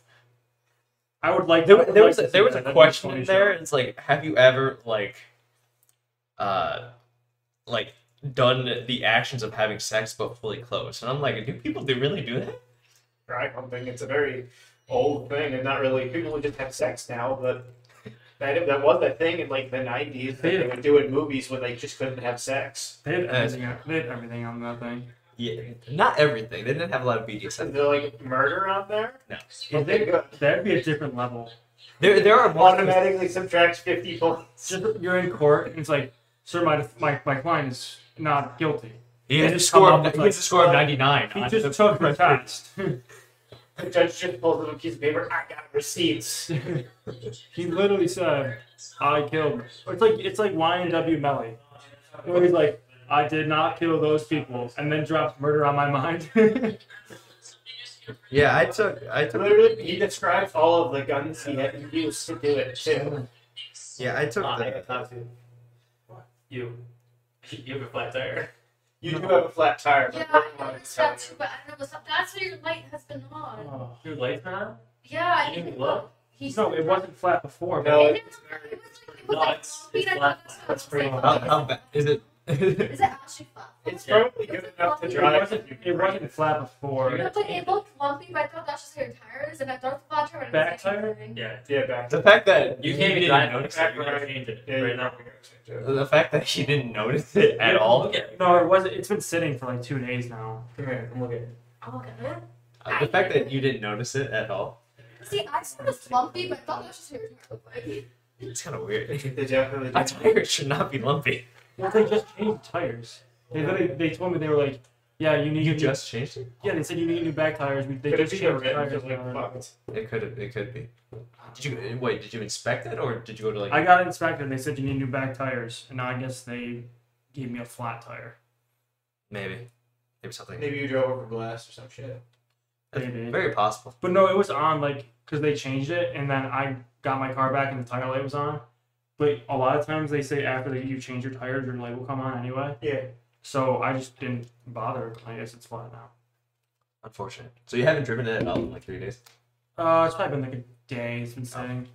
Speaker 1: I would like.
Speaker 2: There,
Speaker 1: I would
Speaker 2: there
Speaker 1: like
Speaker 2: was a,
Speaker 1: to see
Speaker 2: there was
Speaker 1: that.
Speaker 2: a
Speaker 1: That'd be
Speaker 2: question
Speaker 1: funny
Speaker 2: in
Speaker 1: show.
Speaker 2: there. It's like, have you ever like, uh, like done the actions of having sex but fully close? And I'm like, do people do really do that?
Speaker 5: I don't think it's a very old thing, and not really people who just have sex now, but. That, that was a thing in like the 90s that they would do in movies when they just couldn't have sex.
Speaker 1: They had everything. on- They had everything on that thing.
Speaker 2: Yeah, not everything. They didn't have a lot of BDSM.
Speaker 5: Is there like murder on there? uh,
Speaker 2: No.
Speaker 1: Yeah,
Speaker 5: Okay,
Speaker 1: they-
Speaker 5: good.
Speaker 1: That'd be a different level.
Speaker 2: There, there are a lot of
Speaker 5: Automatically subtracts 50 points.
Speaker 1: Just you're in court and it's like, sir, my my, my client is not guilty.
Speaker 2: He has,
Speaker 1: They
Speaker 2: a
Speaker 1: just
Speaker 2: score
Speaker 1: come
Speaker 2: of,
Speaker 1: up with,
Speaker 2: he has a
Speaker 1: like,
Speaker 2: score of 99.
Speaker 1: He
Speaker 2: on
Speaker 1: just
Speaker 2: the-
Speaker 1: took the test.
Speaker 5: The judge just pulls up a piece of paper. I got receipts.
Speaker 1: he literally said, "I killed." It's like it's like YNW Melly, where he's like, "I did not kill those people," and then drops murder on my mind.
Speaker 2: Yeah, I took. I took.
Speaker 5: Literally, he describes all of the guns he had used to do it too.
Speaker 2: Yeah, I took the.
Speaker 4: You. You have a flat tire.
Speaker 5: You do have a flat tire.
Speaker 3: Yeah,
Speaker 5: But
Speaker 3: I
Speaker 5: don't want
Speaker 3: noticed
Speaker 5: to
Speaker 3: that too, but I don't know. so- That's what your light has been on.
Speaker 1: no,
Speaker 4: Your lights are on?
Speaker 3: Yeah,
Speaker 4: You
Speaker 3: I
Speaker 4: didn't
Speaker 3: didn't
Speaker 4: look?
Speaker 3: look. He
Speaker 1: it wasn't flat before.
Speaker 5: No,
Speaker 1: But
Speaker 3: It
Speaker 5: it's
Speaker 3: didn't look.
Speaker 5: very-
Speaker 3: It was like- it was
Speaker 4: No,
Speaker 3: like
Speaker 4: it's-
Speaker 3: bumpy,
Speaker 4: it's
Speaker 3: and I
Speaker 4: flat.
Speaker 3: thought that's what
Speaker 4: That's
Speaker 3: it
Speaker 4: pretty
Speaker 3: was
Speaker 2: How,
Speaker 3: like.
Speaker 2: how bad is it?
Speaker 3: Is it actually flat?
Speaker 5: It's probably good enough to
Speaker 1: it
Speaker 5: drive.
Speaker 1: wasn't. It wasn't flat before.
Speaker 3: No, but it looked lumpy, but I thought that's just how your tire is, and I thought the flat tire. and I
Speaker 1: Back
Speaker 3: was like,
Speaker 1: tire?
Speaker 3: "Dang."
Speaker 4: Yeah.
Speaker 5: Yeah, back.
Speaker 2: the fact that
Speaker 4: You
Speaker 2: he
Speaker 4: can't even
Speaker 2: didn't
Speaker 4: drive
Speaker 2: notice
Speaker 4: back
Speaker 2: it.
Speaker 5: back
Speaker 4: where I
Speaker 5: right.
Speaker 4: change it
Speaker 5: Yeah,
Speaker 4: right
Speaker 5: you're
Speaker 4: now.
Speaker 5: not gonna change it.
Speaker 2: The fact that he didn't notice it at all.
Speaker 1: No, it wasn't. It's been sitting for like two days now.
Speaker 5: Come here, I'm looking.
Speaker 3: Oh, okay.
Speaker 2: Uh, The fact that you didn't notice it at all.
Speaker 3: See, I saw this lumpy, but I thought that's just how your tire looked like.
Speaker 2: It's kind of weird.
Speaker 5: Did you have
Speaker 2: A tire should not be lumpy.
Speaker 1: Well, they just changed tires. They literally, they told me they were like, "Yeah, you need
Speaker 2: You just changed it.
Speaker 1: yeah." They said you need new back tires. We- They
Speaker 5: Could it
Speaker 1: just
Speaker 5: be the
Speaker 1: changed
Speaker 5: rim?
Speaker 1: tires.
Speaker 5: Just like
Speaker 1: now.
Speaker 5: fucked.
Speaker 2: It could. It could be. Did you wait? Did you inspect it or did you go to like?
Speaker 1: I got inspected. and They said you need new back tires, and now I guess they gave me a flat tire.
Speaker 2: maybe. Maybe something.
Speaker 5: Maybe you drove over glass or some shit.
Speaker 2: That's
Speaker 1: Maybe.
Speaker 2: Very possible.
Speaker 1: But no, it was on like because they changed it, and then I got my car back and the tire light was on. But a lot of times they say after that you change your tires, your light will come on anyway.
Speaker 5: Yeah.
Speaker 1: So I just didn't bother. I guess it's flat now.
Speaker 2: Unfortunate. So you haven't driven it at all in like three days.
Speaker 1: Uh, it's probably been like a day. It's
Speaker 5: Oh.
Speaker 1: been sitting.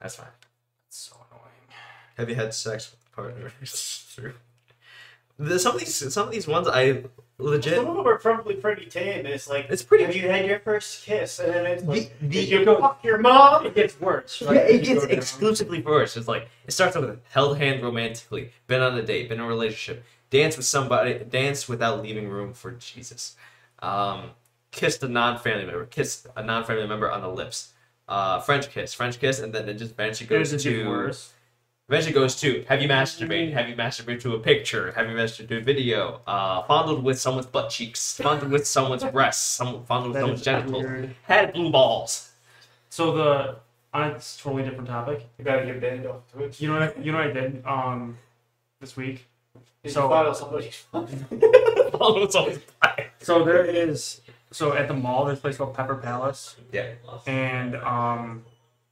Speaker 2: That's fine.
Speaker 1: It's so annoying.
Speaker 2: Have you had sex with a partner? True. There's some of these some of these ones I legit.
Speaker 5: Some of them are probably pretty tame. It's like,
Speaker 2: It's pretty.
Speaker 5: have you had your first kiss? And then it's like,
Speaker 2: The-
Speaker 5: did
Speaker 2: the-
Speaker 5: you fuck your mom?
Speaker 1: It gets worse.
Speaker 2: yeah,
Speaker 1: Right?
Speaker 2: it
Speaker 1: As you
Speaker 2: gets
Speaker 1: go down.
Speaker 2: exclusively worse. It's like it starts off with held hand romantically, been on a date, been in a relationship, dance with somebody, dance without leaving room for Jesus. Um, kissed a non-family member, kissed a non-family member on the lips, uh, French kiss, French kiss, and then it just eventually goes
Speaker 4: There's a
Speaker 2: to
Speaker 4: divorce.
Speaker 2: eventually goes to have you masturbated, have you masturbated to a picture, have you masturbated to a video, uh, fondled with someone's butt cheeks, fondled with someone's breasts, some, fondled with
Speaker 4: That
Speaker 2: someone's
Speaker 4: is
Speaker 2: genitals,
Speaker 4: weird.
Speaker 2: had blue balls.
Speaker 4: So the
Speaker 1: uh,
Speaker 4: on a totally different topic.
Speaker 5: You gotta give Dan off to it.
Speaker 1: You know what? I, you know what I did um this week.
Speaker 5: You
Speaker 1: so-
Speaker 5: follow somebody.
Speaker 2: fondled with someone's butt.
Speaker 1: So there is so at the mall there's a place called Pepper Palace
Speaker 2: Yeah.
Speaker 1: and um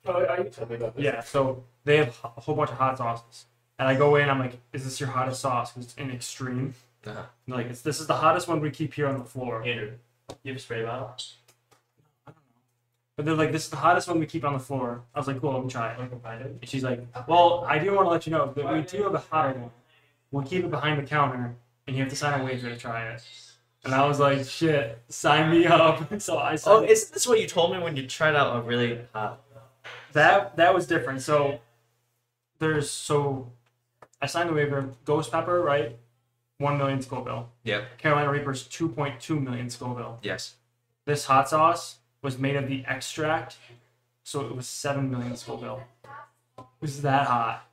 Speaker 5: Oh, I- you told me about this.
Speaker 1: yeah so they have a whole bunch of hot sauces and I go in I'm like is this your hottest sauce? 'Cause it's an extreme.
Speaker 2: Uh-huh.
Speaker 1: And Like it's, this is the hottest one we keep here on the floor.
Speaker 4: Andrew, you have a spray bottle?
Speaker 1: But they're like this is the hottest one we keep on the floor. I was like cool let me try it.
Speaker 4: I can find it.
Speaker 1: And she's like, Well, I do want to let you know that we do have a hot one. We'll keep it behind the counter, and you have to sign a waiver to try it. And I was like, Shit, sign me up. So I signed
Speaker 2: Oh, isn't this what you told me when you tried out a really uh, hot?
Speaker 1: that that was different. So there's so I signed the waiver. Ghost Pepper, right? One million Scoville.
Speaker 2: Yep.
Speaker 1: Carolina Reaper's two point two million Scoville.
Speaker 2: Yes.
Speaker 1: This hot sauce was made of the extract, so it was seven million Scoville. It was that hot.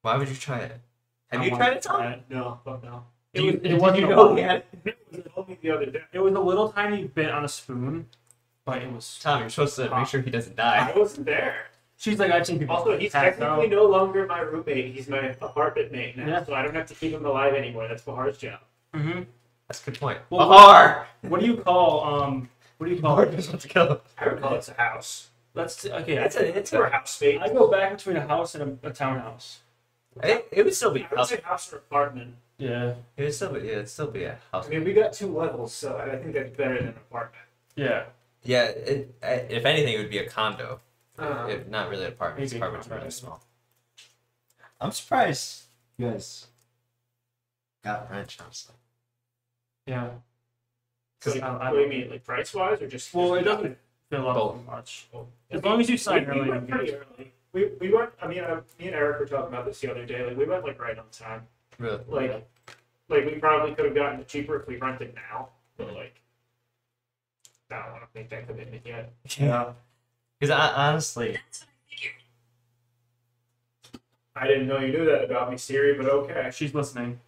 Speaker 2: Why would you try it? Have
Speaker 1: I
Speaker 2: you
Speaker 1: wanted
Speaker 2: tried it,
Speaker 1: to
Speaker 2: Tom?
Speaker 1: try it.
Speaker 5: No, fuck no.
Speaker 1: It,
Speaker 2: Do you-
Speaker 1: was,
Speaker 2: did
Speaker 1: it wasn't
Speaker 2: you
Speaker 1: a
Speaker 2: know
Speaker 1: lot.
Speaker 2: he had it?
Speaker 5: You told me the other day.
Speaker 1: It was a little tiny bit on a spoon, but it was.
Speaker 2: Tom, you're supposed to make sure he doesn't die.
Speaker 5: I wasn't there.
Speaker 1: She's like, I've seen people.
Speaker 5: Also, he's
Speaker 1: pass
Speaker 5: technically
Speaker 1: out.
Speaker 5: no longer my roommate. He's my apartment mate now,
Speaker 1: Yeah.
Speaker 5: so I don't have to keep him alive anymore. That's Bahar's job.
Speaker 1: Mhm.
Speaker 2: That's a good point.
Speaker 1: Well,
Speaker 2: Bahar!
Speaker 1: What do you call um? What do you call?
Speaker 2: Bahar
Speaker 1: it?
Speaker 2: just wants to kill him.
Speaker 5: I would call it a house.
Speaker 1: Let's okay.
Speaker 2: That's a, it's
Speaker 5: It's our
Speaker 2: a,
Speaker 5: housemate.
Speaker 1: I go back between a house and a, a townhouse.
Speaker 2: it, it would still be
Speaker 5: I would
Speaker 2: house.
Speaker 5: say house or apartment.
Speaker 1: Yeah.
Speaker 2: It would still be, yeah, it'd still be a house.
Speaker 5: I mean, we got two levels, so I think that's better than an apartment.
Speaker 1: Yeah.
Speaker 2: Yeah, it, I- if anything, it would be a condo.
Speaker 5: Uh,
Speaker 2: If not really an apartment.
Speaker 1: Uh-huh. Maybe a
Speaker 2: apartments are
Speaker 1: condo.
Speaker 2: really small.
Speaker 6: I'm surprised you guys got French, honestly.
Speaker 1: Yeah.
Speaker 5: Cause
Speaker 1: I- I-
Speaker 5: what do you mean, like price wise, or just?
Speaker 1: Well, it
Speaker 5: just-
Speaker 1: doesn't fill up
Speaker 2: Both.
Speaker 1: much.
Speaker 5: Well,
Speaker 1: As long as you sign
Speaker 5: we, we
Speaker 1: early.
Speaker 5: went
Speaker 1: you're
Speaker 5: pretty
Speaker 1: good.
Speaker 5: early. We, we went. I mean, I, me and Eric were talking about this the other day. Like we went like right on time.
Speaker 2: Really.
Speaker 5: Like, like we probably could have gotten it cheaper if we rented now, but like, I don't want to make that commitment yet.
Speaker 2: Yeah. Because I honestly,
Speaker 3: That's what I figured.
Speaker 5: I didn't know you knew that about me, Siri, but okay.
Speaker 1: She's listening.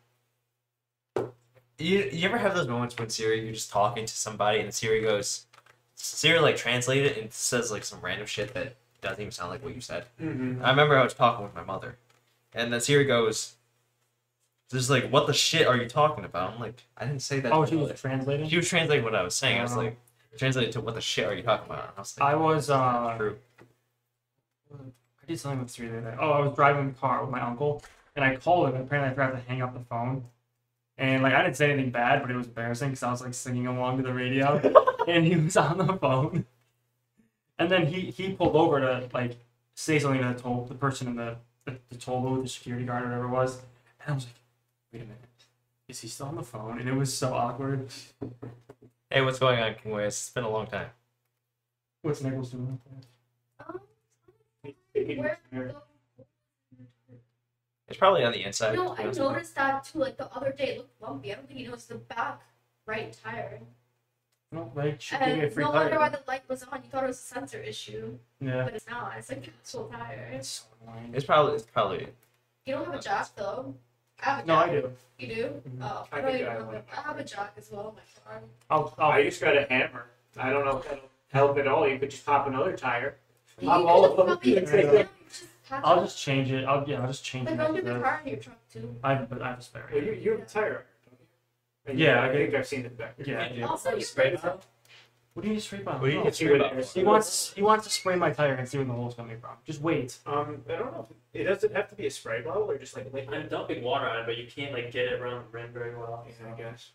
Speaker 2: you, you ever have those moments when Siri, you're just talking to somebody and Siri goes, Siri like translate it and says like some random shit that doesn't even sound like what you said.
Speaker 5: Mm-hmm.
Speaker 2: I remember I was talking with my mother, and then Siri goes, "This is like, what the shit are you talking about?" I'm like, "I didn't say that."
Speaker 1: Oh,
Speaker 2: to
Speaker 1: she
Speaker 2: my
Speaker 1: was
Speaker 2: mother."
Speaker 1: translating.
Speaker 2: She was translating what I was saying. I was
Speaker 1: Oh.
Speaker 2: like, translated to "What the shit are you talking about?" And I was like,
Speaker 1: I was uh.
Speaker 2: "True."
Speaker 1: I did something with Siri the other day. Oh, I was driving in the car with my uncle, and I called him, and apparently I forgot to hang up the phone. And like I didn't say anything bad, but it was embarrassing because I was like singing along to the radio, and he was on the phone. And then he he pulled over to like say something to the toll the person in the the, the toll booth, the security guard, or whatever it was. And I was like, wait a minute, is he still on the phone? And it was so awkward.
Speaker 2: Hey, what's going on, Kingway? It's been a long time.
Speaker 1: What's Nichols doing? up there?
Speaker 3: um, Where-
Speaker 2: It's probably on the inside.
Speaker 3: No,
Speaker 2: to be
Speaker 3: I
Speaker 2: honest.
Speaker 3: noticed that too. Like the other day, it looked lumpy. I don't think he noticed the back right tire.
Speaker 1: No, like she gave me a
Speaker 3: And
Speaker 1: free
Speaker 3: Um, no
Speaker 1: tire.
Speaker 3: wonder why the light was on. You thought it was a sensor issue,
Speaker 1: yeah.
Speaker 3: but it's not. It's like an actual tire.
Speaker 1: It's so annoying.
Speaker 2: It's probably it's probably
Speaker 3: You don't have a jack though. I have a
Speaker 1: No, I
Speaker 3: jack.
Speaker 1: do.
Speaker 3: You do?
Speaker 1: Mhm.
Speaker 3: Oh,
Speaker 5: I
Speaker 3: I don't
Speaker 5: think
Speaker 3: even
Speaker 5: I
Speaker 3: know.
Speaker 5: would.
Speaker 3: that- I have a jack as well in my car.
Speaker 1: I'll, I'll
Speaker 5: I Oh, just got a hammer. I don't know if that'll help at all. You could just pop another tire.
Speaker 3: You
Speaker 5: Pop
Speaker 3: could
Speaker 5: all
Speaker 3: just
Speaker 5: of them.
Speaker 3: probably-
Speaker 5: Yeah.
Speaker 3: yeah, you just have
Speaker 1: I'll
Speaker 3: to-
Speaker 1: just change it. I'll yeah, I'll just change
Speaker 3: Like,
Speaker 1: it.
Speaker 3: don't
Speaker 1: after
Speaker 3: do the
Speaker 1: that.
Speaker 3: car in your truck too.
Speaker 1: I have, but I have a spare.
Speaker 5: Well, you you have a tire. don't you? And you-
Speaker 1: Yeah, I
Speaker 5: I think I've seen it back.
Speaker 1: Yeah.
Speaker 2: Yeah.
Speaker 3: Also,
Speaker 5: Probably
Speaker 3: you
Speaker 5: spray
Speaker 3: could-
Speaker 5: bottle?
Speaker 1: What do you need to spray on?
Speaker 2: What do you
Speaker 1: Oh.
Speaker 2: need to
Speaker 5: She would-
Speaker 2: Spray bottle.
Speaker 5: she
Speaker 1: He
Speaker 5: would-
Speaker 1: wants he wants to spray my tire and see where the hole's coming from. Just wait.
Speaker 5: Um, I don't know. If, it doesn't have to be a spray bottle or just like liquid.
Speaker 4: I'm dumping water on it, but you can't like get it around the rim very well.
Speaker 5: Yeah,
Speaker 4: so.
Speaker 5: I guess.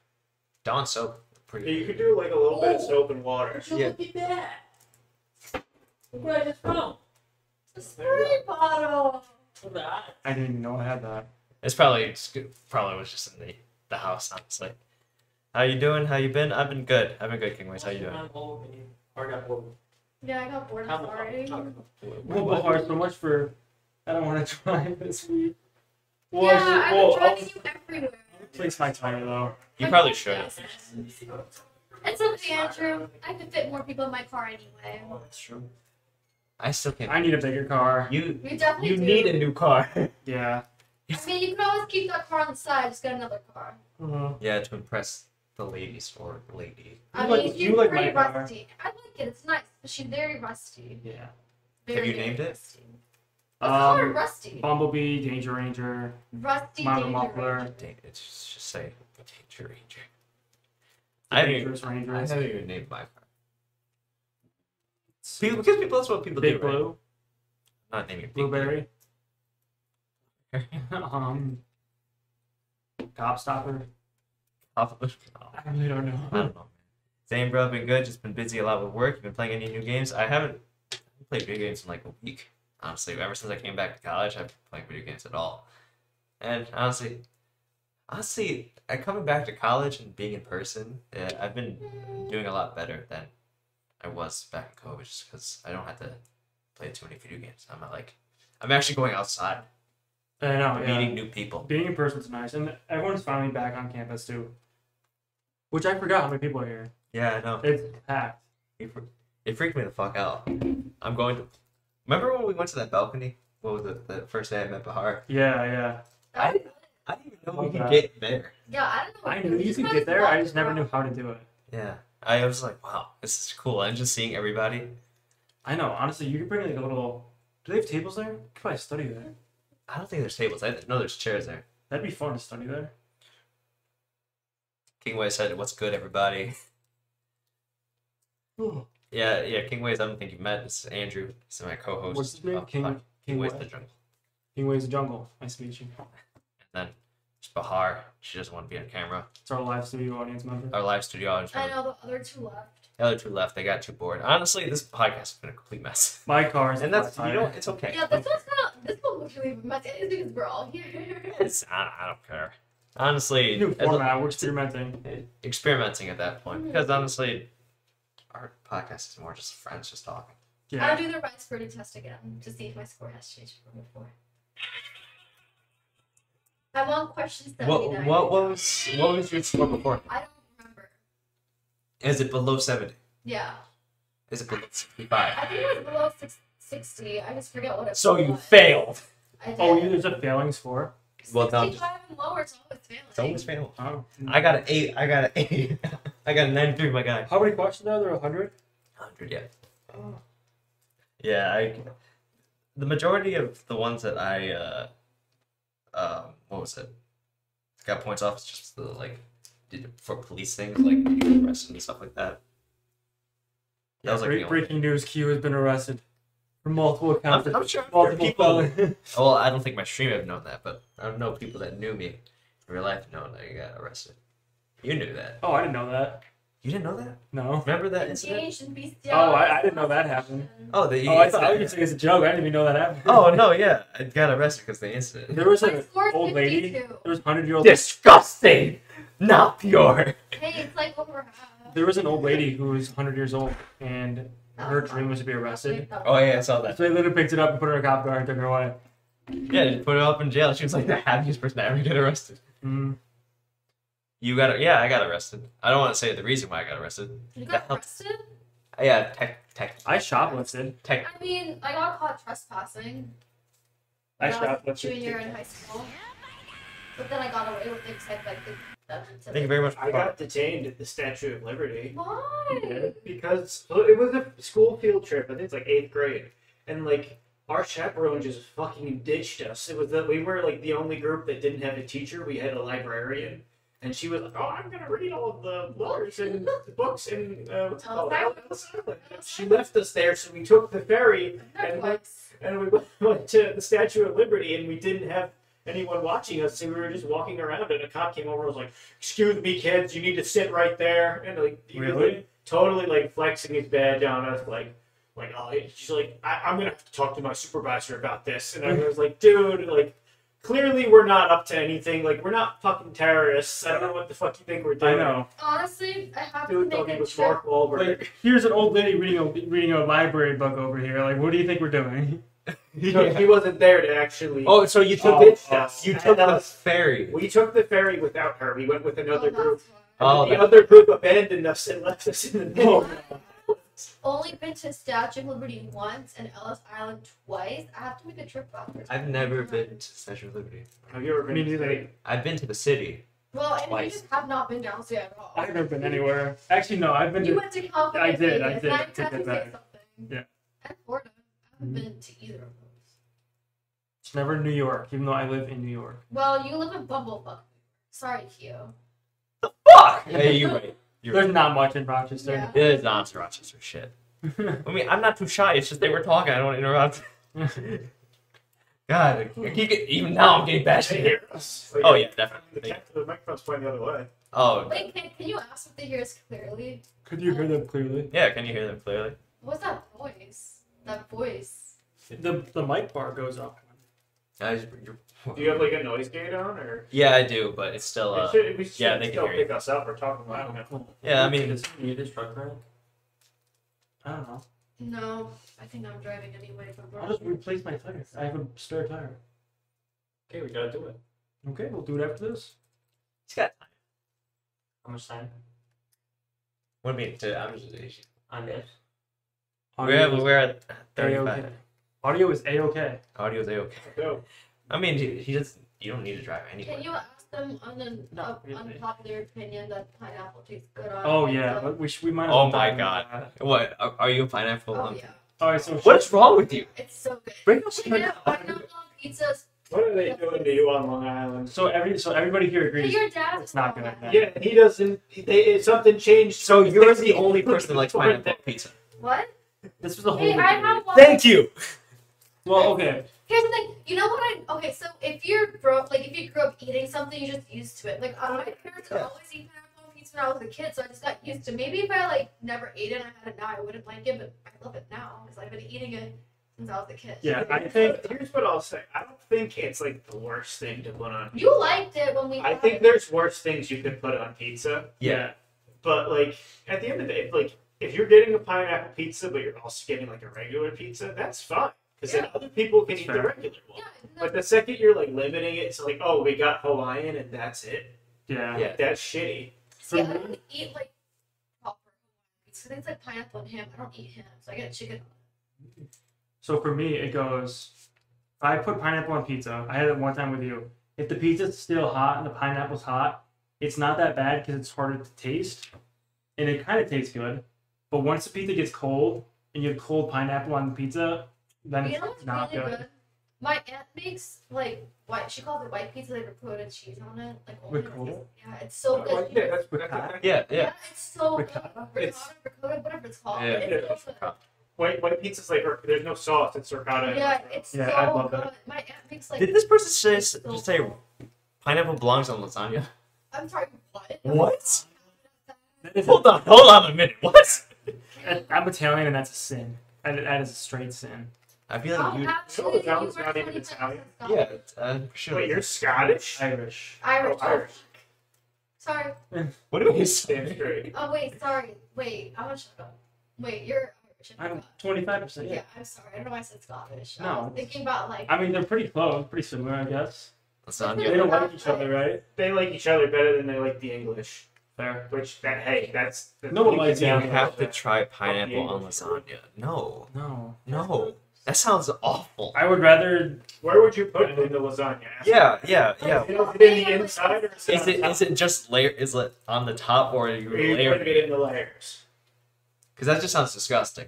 Speaker 2: Dawn soap.
Speaker 5: Yeah,
Speaker 2: Pretty.
Speaker 5: You could do like a little bit of
Speaker 3: Oh.
Speaker 5: soap and water.
Speaker 3: So
Speaker 2: Yeah.
Speaker 3: look at that. Look where I just found. A
Speaker 5: There you
Speaker 3: spray bottle.
Speaker 4: Look at that.
Speaker 1: I didn't even know I had that.
Speaker 2: It's probably it's good- probably was just in the the house. Honestly. How you doing? How you been? I've been good. I've been good, Kingways. How you doing?
Speaker 4: I'm old, man. Or not old.
Speaker 3: Yeah, I got bored.
Speaker 4: How
Speaker 3: I'm
Speaker 4: about-
Speaker 3: sorry.
Speaker 1: Well, but hard so much for. I don't want to try this week. Well, I should-
Speaker 3: yeah, I've
Speaker 1: well,
Speaker 5: oh.
Speaker 3: been
Speaker 1: I'll
Speaker 3: trying to you everywhere.
Speaker 1: replace my tire though.
Speaker 2: You
Speaker 3: Like,
Speaker 2: probably
Speaker 3: yes.
Speaker 2: should.
Speaker 3: It's okay, Andrew. I could fit more people in my car anyway.
Speaker 2: That's true. I still can't.
Speaker 1: I need a bigger car.
Speaker 2: You
Speaker 3: We definitely
Speaker 2: you
Speaker 3: do.
Speaker 2: need a new car.
Speaker 1: Yeah.
Speaker 3: I mean, you can always keep that car on the side. Just get another car.
Speaker 1: Uh,
Speaker 2: yeah, to impress the ladies or lady.
Speaker 3: I
Speaker 4: You
Speaker 3: mean,
Speaker 4: like-
Speaker 3: she's
Speaker 4: you like my
Speaker 3: pretty
Speaker 4: car.
Speaker 3: rusty. I like it. It's nice, but she's very rusty.
Speaker 4: Yeah.
Speaker 3: Very,
Speaker 2: you
Speaker 3: very
Speaker 2: named it?
Speaker 3: rusty. What's the color
Speaker 1: Um,
Speaker 3: rusty?
Speaker 1: Bumblebee, Danger Ranger,
Speaker 3: Rusty
Speaker 1: Mama
Speaker 3: danger.
Speaker 1: Muffler,
Speaker 2: Dang, It's just, just say Danger Ranger. I haven't, even,
Speaker 1: Dangerous
Speaker 2: I
Speaker 1: Rangers,
Speaker 2: haven't even named my car. People, because people, that's what people
Speaker 1: Big
Speaker 2: do. Right?
Speaker 1: Blue,
Speaker 2: Not naming Big Blue.
Speaker 1: Blueberry, um, Gobstopper.
Speaker 2: Off of-
Speaker 1: I really don't know.
Speaker 2: I don't know. Same, bro. Been good. Just been busy a lot with work. Been playing any new games? I haven't played video games in like a week. Honestly, ever since I came back to college, I've been playing video games at all. And honestly, honestly, I coming back to college and being in person, yeah, I've been doing a lot better than I was back in COVID, just because I don't have to play too many video games. I'm not like, I'm actually going outside,
Speaker 1: I know. uh, Yeah.
Speaker 2: meeting new people.
Speaker 1: Being in person's nice, and everyone's finally back on campus too. Which I forgot how many people are here.
Speaker 2: Yeah, I know.
Speaker 1: It's packed.
Speaker 2: It, fre- it freaked me the fuck out. I'm going to. Remember when we went to that balcony? What was it? The first day I met Bahar.
Speaker 1: Yeah, yeah.
Speaker 2: I didn't. I didn't even know we
Speaker 1: Love
Speaker 2: could
Speaker 1: that.
Speaker 2: get there.
Speaker 3: Yeah, I don't know.
Speaker 1: I
Speaker 3: what it
Speaker 1: knew
Speaker 3: is.
Speaker 1: you
Speaker 3: Just
Speaker 1: could
Speaker 3: kinda
Speaker 1: get there. I
Speaker 3: walk
Speaker 1: just never
Speaker 3: around.
Speaker 1: knew how to do it.
Speaker 2: Yeah. I was like, wow, this is cool. And just seeing everybody.
Speaker 1: I know. Honestly, you could bring like a little. Do they have tables there? You could probably study there.
Speaker 2: I don't think there's tables. I know there's chairs there.
Speaker 1: That'd be fun to study there.
Speaker 2: Kingway said, "What's good, everybody?" Yeah, yeah. Kingway's. I don't think you've met. It's Andrew. He's my co-host. Oh,
Speaker 1: What's his name?
Speaker 2: of
Speaker 1: King-
Speaker 2: Pod- Kingway's
Speaker 1: Kingway?
Speaker 2: the jungle.
Speaker 1: Kingway's Jungle. Nice to meet you.
Speaker 2: And then it's Bahar. She doesn't want to be on camera.
Speaker 1: It's our live studio audience member.
Speaker 2: Our live studio audience.
Speaker 3: I
Speaker 2: member.
Speaker 3: know the other two left.
Speaker 2: The other two left. They got too bored. Honestly, this podcast has been a complete mess.
Speaker 1: My car is.
Speaker 2: And that's you know it's okay.
Speaker 3: Yeah, this one's kind of this one was really messy It's because we're all here.
Speaker 2: It's I don't, I don't care. Honestly,
Speaker 1: new
Speaker 2: as-
Speaker 1: format. We're experimenting.
Speaker 2: experimenting at that
Speaker 3: Mm-hmm.
Speaker 2: point because honestly, our podcast is more just friends just talking.
Speaker 1: Yeah.
Speaker 3: I'll do the Rice-Birdie test again to see if my score has changed from before. I'm on question seventy
Speaker 2: What
Speaker 3: nine.
Speaker 2: what what was what was your score before?
Speaker 3: I don't remember.
Speaker 2: Is it below seventy?
Speaker 3: Yeah,
Speaker 2: Is it below sixty-five?
Speaker 3: I think it was below six, sixty. I just forget what it
Speaker 2: So
Speaker 3: was.
Speaker 2: you failed.
Speaker 3: I did.
Speaker 1: Oh, you, there's a failing score.
Speaker 2: Well, now I'm just-
Speaker 3: sixty-five and lower is always failing.
Speaker 2: It's always fail.
Speaker 1: Oh.
Speaker 2: I got an eight. I got an eight. I got a nine through my guy.
Speaker 1: How many questions are there? hundred.
Speaker 2: Hundred, yeah. Oh. Yeah, I. The majority of the ones that I, uh, um, what was it? Got points off. It's just the like, did for police things like you arrest and stuff like that. That was like the
Speaker 1: Break,
Speaker 2: only.
Speaker 1: breaking news: Q has been arrested for multiple accounts.
Speaker 2: I'm, I'm sure there are
Speaker 1: multiple
Speaker 2: people.
Speaker 1: felon-
Speaker 2: Well, I don't think my stream have known that, but I don't know people that knew me in real life knowing that I got arrested. You knew that.
Speaker 1: oh, I didn't know that.
Speaker 2: You didn't know that.
Speaker 1: No.
Speaker 2: Remember that incident?
Speaker 3: Engaged and bestiality.
Speaker 1: Oh, I- I didn't know that happened.
Speaker 2: Oh, the.
Speaker 1: Oh, I thought I was just saying it's a joke. I didn't even know that happened.
Speaker 2: oh no, yeah, I got arrested because the incident.
Speaker 1: There was
Speaker 3: My
Speaker 1: an
Speaker 3: score is
Speaker 1: old lady.
Speaker 3: 52.
Speaker 1: There was hundred year old.
Speaker 2: disgusting, not pure.
Speaker 3: Hey, it's like over half.
Speaker 1: There was an old lady who was hundred years old, and her dream was to be arrested.
Speaker 2: Oh yeah, I saw that.
Speaker 1: So they literally picked it up and put her in a cop car and took her away.
Speaker 2: Yeah, they put her up in jail. She was like the happiest person to ever get arrested.
Speaker 1: Mm.
Speaker 2: You got yeah, I got arrested. I don't want to say the reason why I got arrested.
Speaker 3: You got arrested?
Speaker 2: Uh, Yeah, tech tech
Speaker 1: I shoplifted.
Speaker 2: tech.
Speaker 3: I mean, I got caught trespassing.
Speaker 5: I
Speaker 3: when was
Speaker 5: shoplifted
Speaker 3: Junior in high school. But then I got away with it because I like the.
Speaker 2: Thank you very much.
Speaker 5: I
Speaker 2: For
Speaker 5: got detained at the Statue of Liberty.
Speaker 3: Why?
Speaker 5: Because well, it was a school field trip. I think it's like eighth grade, and like our chaperone just fucking ditched us. It was that we were like the only group that didn't have a teacher. We had a librarian, and she was like, "Oh, I'm gonna read all of the letters and the books and uh, what's it called?" She left us there, so we took the ferry
Speaker 3: Never
Speaker 5: And-
Speaker 3: once.
Speaker 5: and we went- went to the Statue of Liberty, and we didn't have anyone watching us, so we were just walking around, and a cop came over and was like, "Excuse me, kids, you need to sit right there," and like he was,
Speaker 1: Really?
Speaker 5: like, totally like flexing his badge on us, like. Like oh, he- she's like I- I'm gonna have to talk to my supervisor about this, and I was like, dude, like clearly we're not up to anything. Like we're not fucking terrorists. I don't know what the fuck you think we're
Speaker 1: I
Speaker 5: doing.
Speaker 1: know.
Speaker 3: Honestly, I have
Speaker 5: Dude,
Speaker 3: to
Speaker 5: talking
Speaker 3: make a
Speaker 5: with
Speaker 3: trip.
Speaker 5: Mark Wahlberg.
Speaker 1: Like, here's an old lady reading a reading a library book over here. Like, what do you think we're doing?
Speaker 5: No, He wasn't there to actually.
Speaker 2: Oh, so you took
Speaker 5: Oh,
Speaker 2: it?
Speaker 5: oh.
Speaker 2: You took
Speaker 5: That
Speaker 2: the
Speaker 5: was-
Speaker 2: ferry.
Speaker 5: We took the ferry without her. We went with
Speaker 3: Oh,
Speaker 5: another
Speaker 3: that's
Speaker 5: group.
Speaker 3: why.
Speaker 2: Oh,
Speaker 5: the other group abandoned us and left us in the middle.
Speaker 3: Only been to Statue of Liberty once and Ellis Island twice. I have to make a trip out there.
Speaker 2: I've never been to Statue of Liberty.
Speaker 5: Have you ever been?
Speaker 1: Me
Speaker 5: to-
Speaker 1: neither.
Speaker 2: I've been to the city.
Speaker 3: Well, and
Speaker 2: Twice.
Speaker 3: you just have not been down at all.
Speaker 1: I've never been anywhere. Actually, no, I've been
Speaker 3: You
Speaker 1: to.
Speaker 3: went to California.
Speaker 1: I did, I
Speaker 3: Vegas,
Speaker 1: did.
Speaker 3: and
Speaker 1: I take
Speaker 3: had
Speaker 1: that
Speaker 3: to say
Speaker 1: back.
Speaker 3: something.
Speaker 1: Yeah.
Speaker 3: And Florida. I haven't been to either of those.
Speaker 1: It's never New York, even though I live in New York.
Speaker 3: Well, you live in Bumblefuck. Sorry, Q.
Speaker 2: Fuck! Hey, you're right. You're right.
Speaker 1: There's not much in Rochester.
Speaker 3: Yeah.
Speaker 2: It is not to Rochester shit. I mean, I'm not too shy. It's just they were talking. I don't want to interrupt. God, I keep getting, even now I'm getting bashed in here. Oh, yeah,
Speaker 5: The,
Speaker 2: definitely.
Speaker 5: cat, the microphone's pointing the other way.
Speaker 2: Oh,
Speaker 3: Wait, can, can you ask if they hear us clearly?
Speaker 1: Could you hear them clearly?
Speaker 2: yeah, can you hear them clearly?
Speaker 3: What was that voice? That voice.
Speaker 1: The the mic bar goes up.
Speaker 2: Guys,
Speaker 5: Do you have like a noise gate on, or
Speaker 2: yeah, I do, but it's still.
Speaker 5: it
Speaker 2: Uh,
Speaker 5: should, we should
Speaker 2: yeah, they can
Speaker 5: still
Speaker 2: hear you.
Speaker 5: pick us up? We're talking loud enough.
Speaker 2: yeah, I mean,
Speaker 4: is you this truck right?
Speaker 1: I don't know.
Speaker 3: No, I think I'm driving anyway. From
Speaker 1: I'll just replace my tire. I have a spare tire.
Speaker 4: Okay, we gotta do it.
Speaker 1: Okay, we'll do it after this.
Speaker 2: it's got.
Speaker 4: How much time
Speaker 2: What do you mean? To, I'm just,
Speaker 4: on this?
Speaker 2: we have, we're at
Speaker 1: A-OK.
Speaker 2: 35.
Speaker 1: Audio is A-OK.
Speaker 2: Audio's okay.
Speaker 5: Go.
Speaker 2: I mean, he, he just. You don't need to drive
Speaker 3: Can
Speaker 2: anywhere.
Speaker 3: you ask them on an
Speaker 1: No,
Speaker 3: up-
Speaker 1: really.
Speaker 3: unpopular opinion that pineapple tastes good on?
Speaker 1: Oh
Speaker 3: pizza?
Speaker 1: yeah, but we should, we might. as
Speaker 2: Oh
Speaker 1: well
Speaker 2: my
Speaker 1: dive
Speaker 2: god.
Speaker 1: into that.
Speaker 2: What? Are, are you a pineapple?
Speaker 3: Oh
Speaker 2: on-
Speaker 3: yeah,
Speaker 1: All right, so
Speaker 2: What is wrong with you?
Speaker 3: it's so good.
Speaker 1: Bring up
Speaker 3: Chicken
Speaker 1: some.
Speaker 3: pineapple pizza. is-
Speaker 5: What are they doing to you on Long Island?
Speaker 1: So every so everybody here
Speaker 3: Hey,
Speaker 1: agrees.
Speaker 3: your dad.
Speaker 1: It's not good.
Speaker 5: Yeah, he doesn't. They something changed.
Speaker 2: So you're the only person that likes pineapple pizza.
Speaker 3: What?
Speaker 1: This was a whole.
Speaker 3: Hey, I
Speaker 1: debate.
Speaker 3: have one.
Speaker 2: you.
Speaker 1: Well, okay.
Speaker 3: Here's the thing. You know what I? Okay, so if you're grow, like if you grew up eating something, you're just used to it. Like uh, my parents would
Speaker 2: Yeah.
Speaker 3: always eat pineapple pizza when I was a kid, so I just got used to. it. Maybe if I like never ate it, and I had it now, I wouldn't like it, but I love it now because I've been eating it since I was a kid.
Speaker 1: Yeah, I think
Speaker 5: here's what I'll say. I don't think it's like the worst thing to put on.
Speaker 3: You liked it when we.
Speaker 5: I
Speaker 3: had
Speaker 5: think
Speaker 3: it.
Speaker 5: there's worse things you could put on pizza,
Speaker 2: Yeah.
Speaker 5: but like at the end of the day, like if you're getting a pineapple pizza, but you're also getting like a regular pizza, that's fine because then
Speaker 3: Yeah.
Speaker 5: other people can
Speaker 1: That's
Speaker 5: eat the
Speaker 1: fair.
Speaker 5: regular one.
Speaker 3: Yeah, no,
Speaker 5: But the second you're like limiting it to like, oh, we got Hawaiian and that's it.
Speaker 1: Yeah.
Speaker 2: Yeah.
Speaker 5: That's shitty.
Speaker 3: see, I
Speaker 1: for
Speaker 3: don't eat like proper pizza. Things like pineapple and ham. I don't eat ham, so I get chicken.
Speaker 1: So for me, it goes. If I put pineapple on pizza, I had it one time with you. If the pizza's still hot and the pineapple's hot, it's not that bad because it's harder to taste, and it kind of tastes good. But once the pizza gets cold and you have cold pineapple on the pizza, then
Speaker 3: You
Speaker 1: it's
Speaker 3: know what's
Speaker 1: not
Speaker 3: really
Speaker 1: good.
Speaker 3: good? My aunt makes like white. She calls it white pizza. They put ricotta cheese on it. Like only
Speaker 1: Ricotta?
Speaker 3: ricotta. Yeah, it's so
Speaker 5: Like,
Speaker 3: good.
Speaker 5: yeah, that's,
Speaker 1: Ricotta.
Speaker 2: Yeah. Yeah.
Speaker 3: it's so good.
Speaker 1: Ricotta?
Speaker 5: It's-
Speaker 3: ricotta, ricotta, whatever it's called.
Speaker 2: Yeah.
Speaker 3: It's so good.
Speaker 5: White white pizza's like there's no sauce. It's ricotta.
Speaker 3: Yeah, it's
Speaker 1: Yeah,
Speaker 3: so
Speaker 1: I love
Speaker 3: good.
Speaker 1: that.
Speaker 3: My aunt makes like.
Speaker 2: Did this person say, just say pineapple belongs on lasagna?
Speaker 3: I'm sorry. What?
Speaker 2: What?
Speaker 1: That is a-
Speaker 2: Hold on. Hold on a minute. What?
Speaker 3: Oh,
Speaker 1: I- I'm Italian, and that's a sin. That, that is a straight sin.
Speaker 2: I feel like
Speaker 3: Oh,
Speaker 2: you.
Speaker 3: actually, you
Speaker 5: Italian's
Speaker 3: were
Speaker 5: not even
Speaker 3: 25
Speaker 5: Italian?
Speaker 3: Scottish.
Speaker 2: Yeah. Uh, sure.
Speaker 5: Wait, you're Scottish?
Speaker 1: Irish.
Speaker 3: Irish.
Speaker 5: Oh, Irish.
Speaker 3: Sorry.
Speaker 2: What do we
Speaker 5: Damn
Speaker 2: say?
Speaker 5: straight.
Speaker 3: Oh wait, sorry. Wait, I'm gonna shut up. Wait, you're Irish. I
Speaker 1: I'm
Speaker 3: forgot.
Speaker 1: 25%.
Speaker 3: Yeah.
Speaker 1: Yeah.
Speaker 3: I'm sorry. I don't know why I said Scottish. I
Speaker 1: No.
Speaker 3: was thinking about like.
Speaker 1: I mean, they're pretty close, pretty similar, I guess. They
Speaker 2: Lasagna.
Speaker 1: don't like each other, right?
Speaker 5: They like each other better than they like the English.
Speaker 1: Fair.
Speaker 5: Which that hey, that's that's-
Speaker 1: No one
Speaker 5: you
Speaker 1: likes
Speaker 5: can
Speaker 1: the
Speaker 2: You
Speaker 5: handle
Speaker 2: have to
Speaker 5: that.
Speaker 2: try pineapple on lasagna. No.
Speaker 1: No.
Speaker 2: No. That sounds awful.
Speaker 1: I would rather.
Speaker 5: Where would you put it in the lasagna?
Speaker 2: Yeah. Yeah. Yeah.
Speaker 5: You know, is it in the inside or is it
Speaker 2: Is it is it just layer? Is it on the top or are you
Speaker 5: Or you putting
Speaker 2: layering?
Speaker 5: it in the layers?
Speaker 2: Because that just sounds disgusting.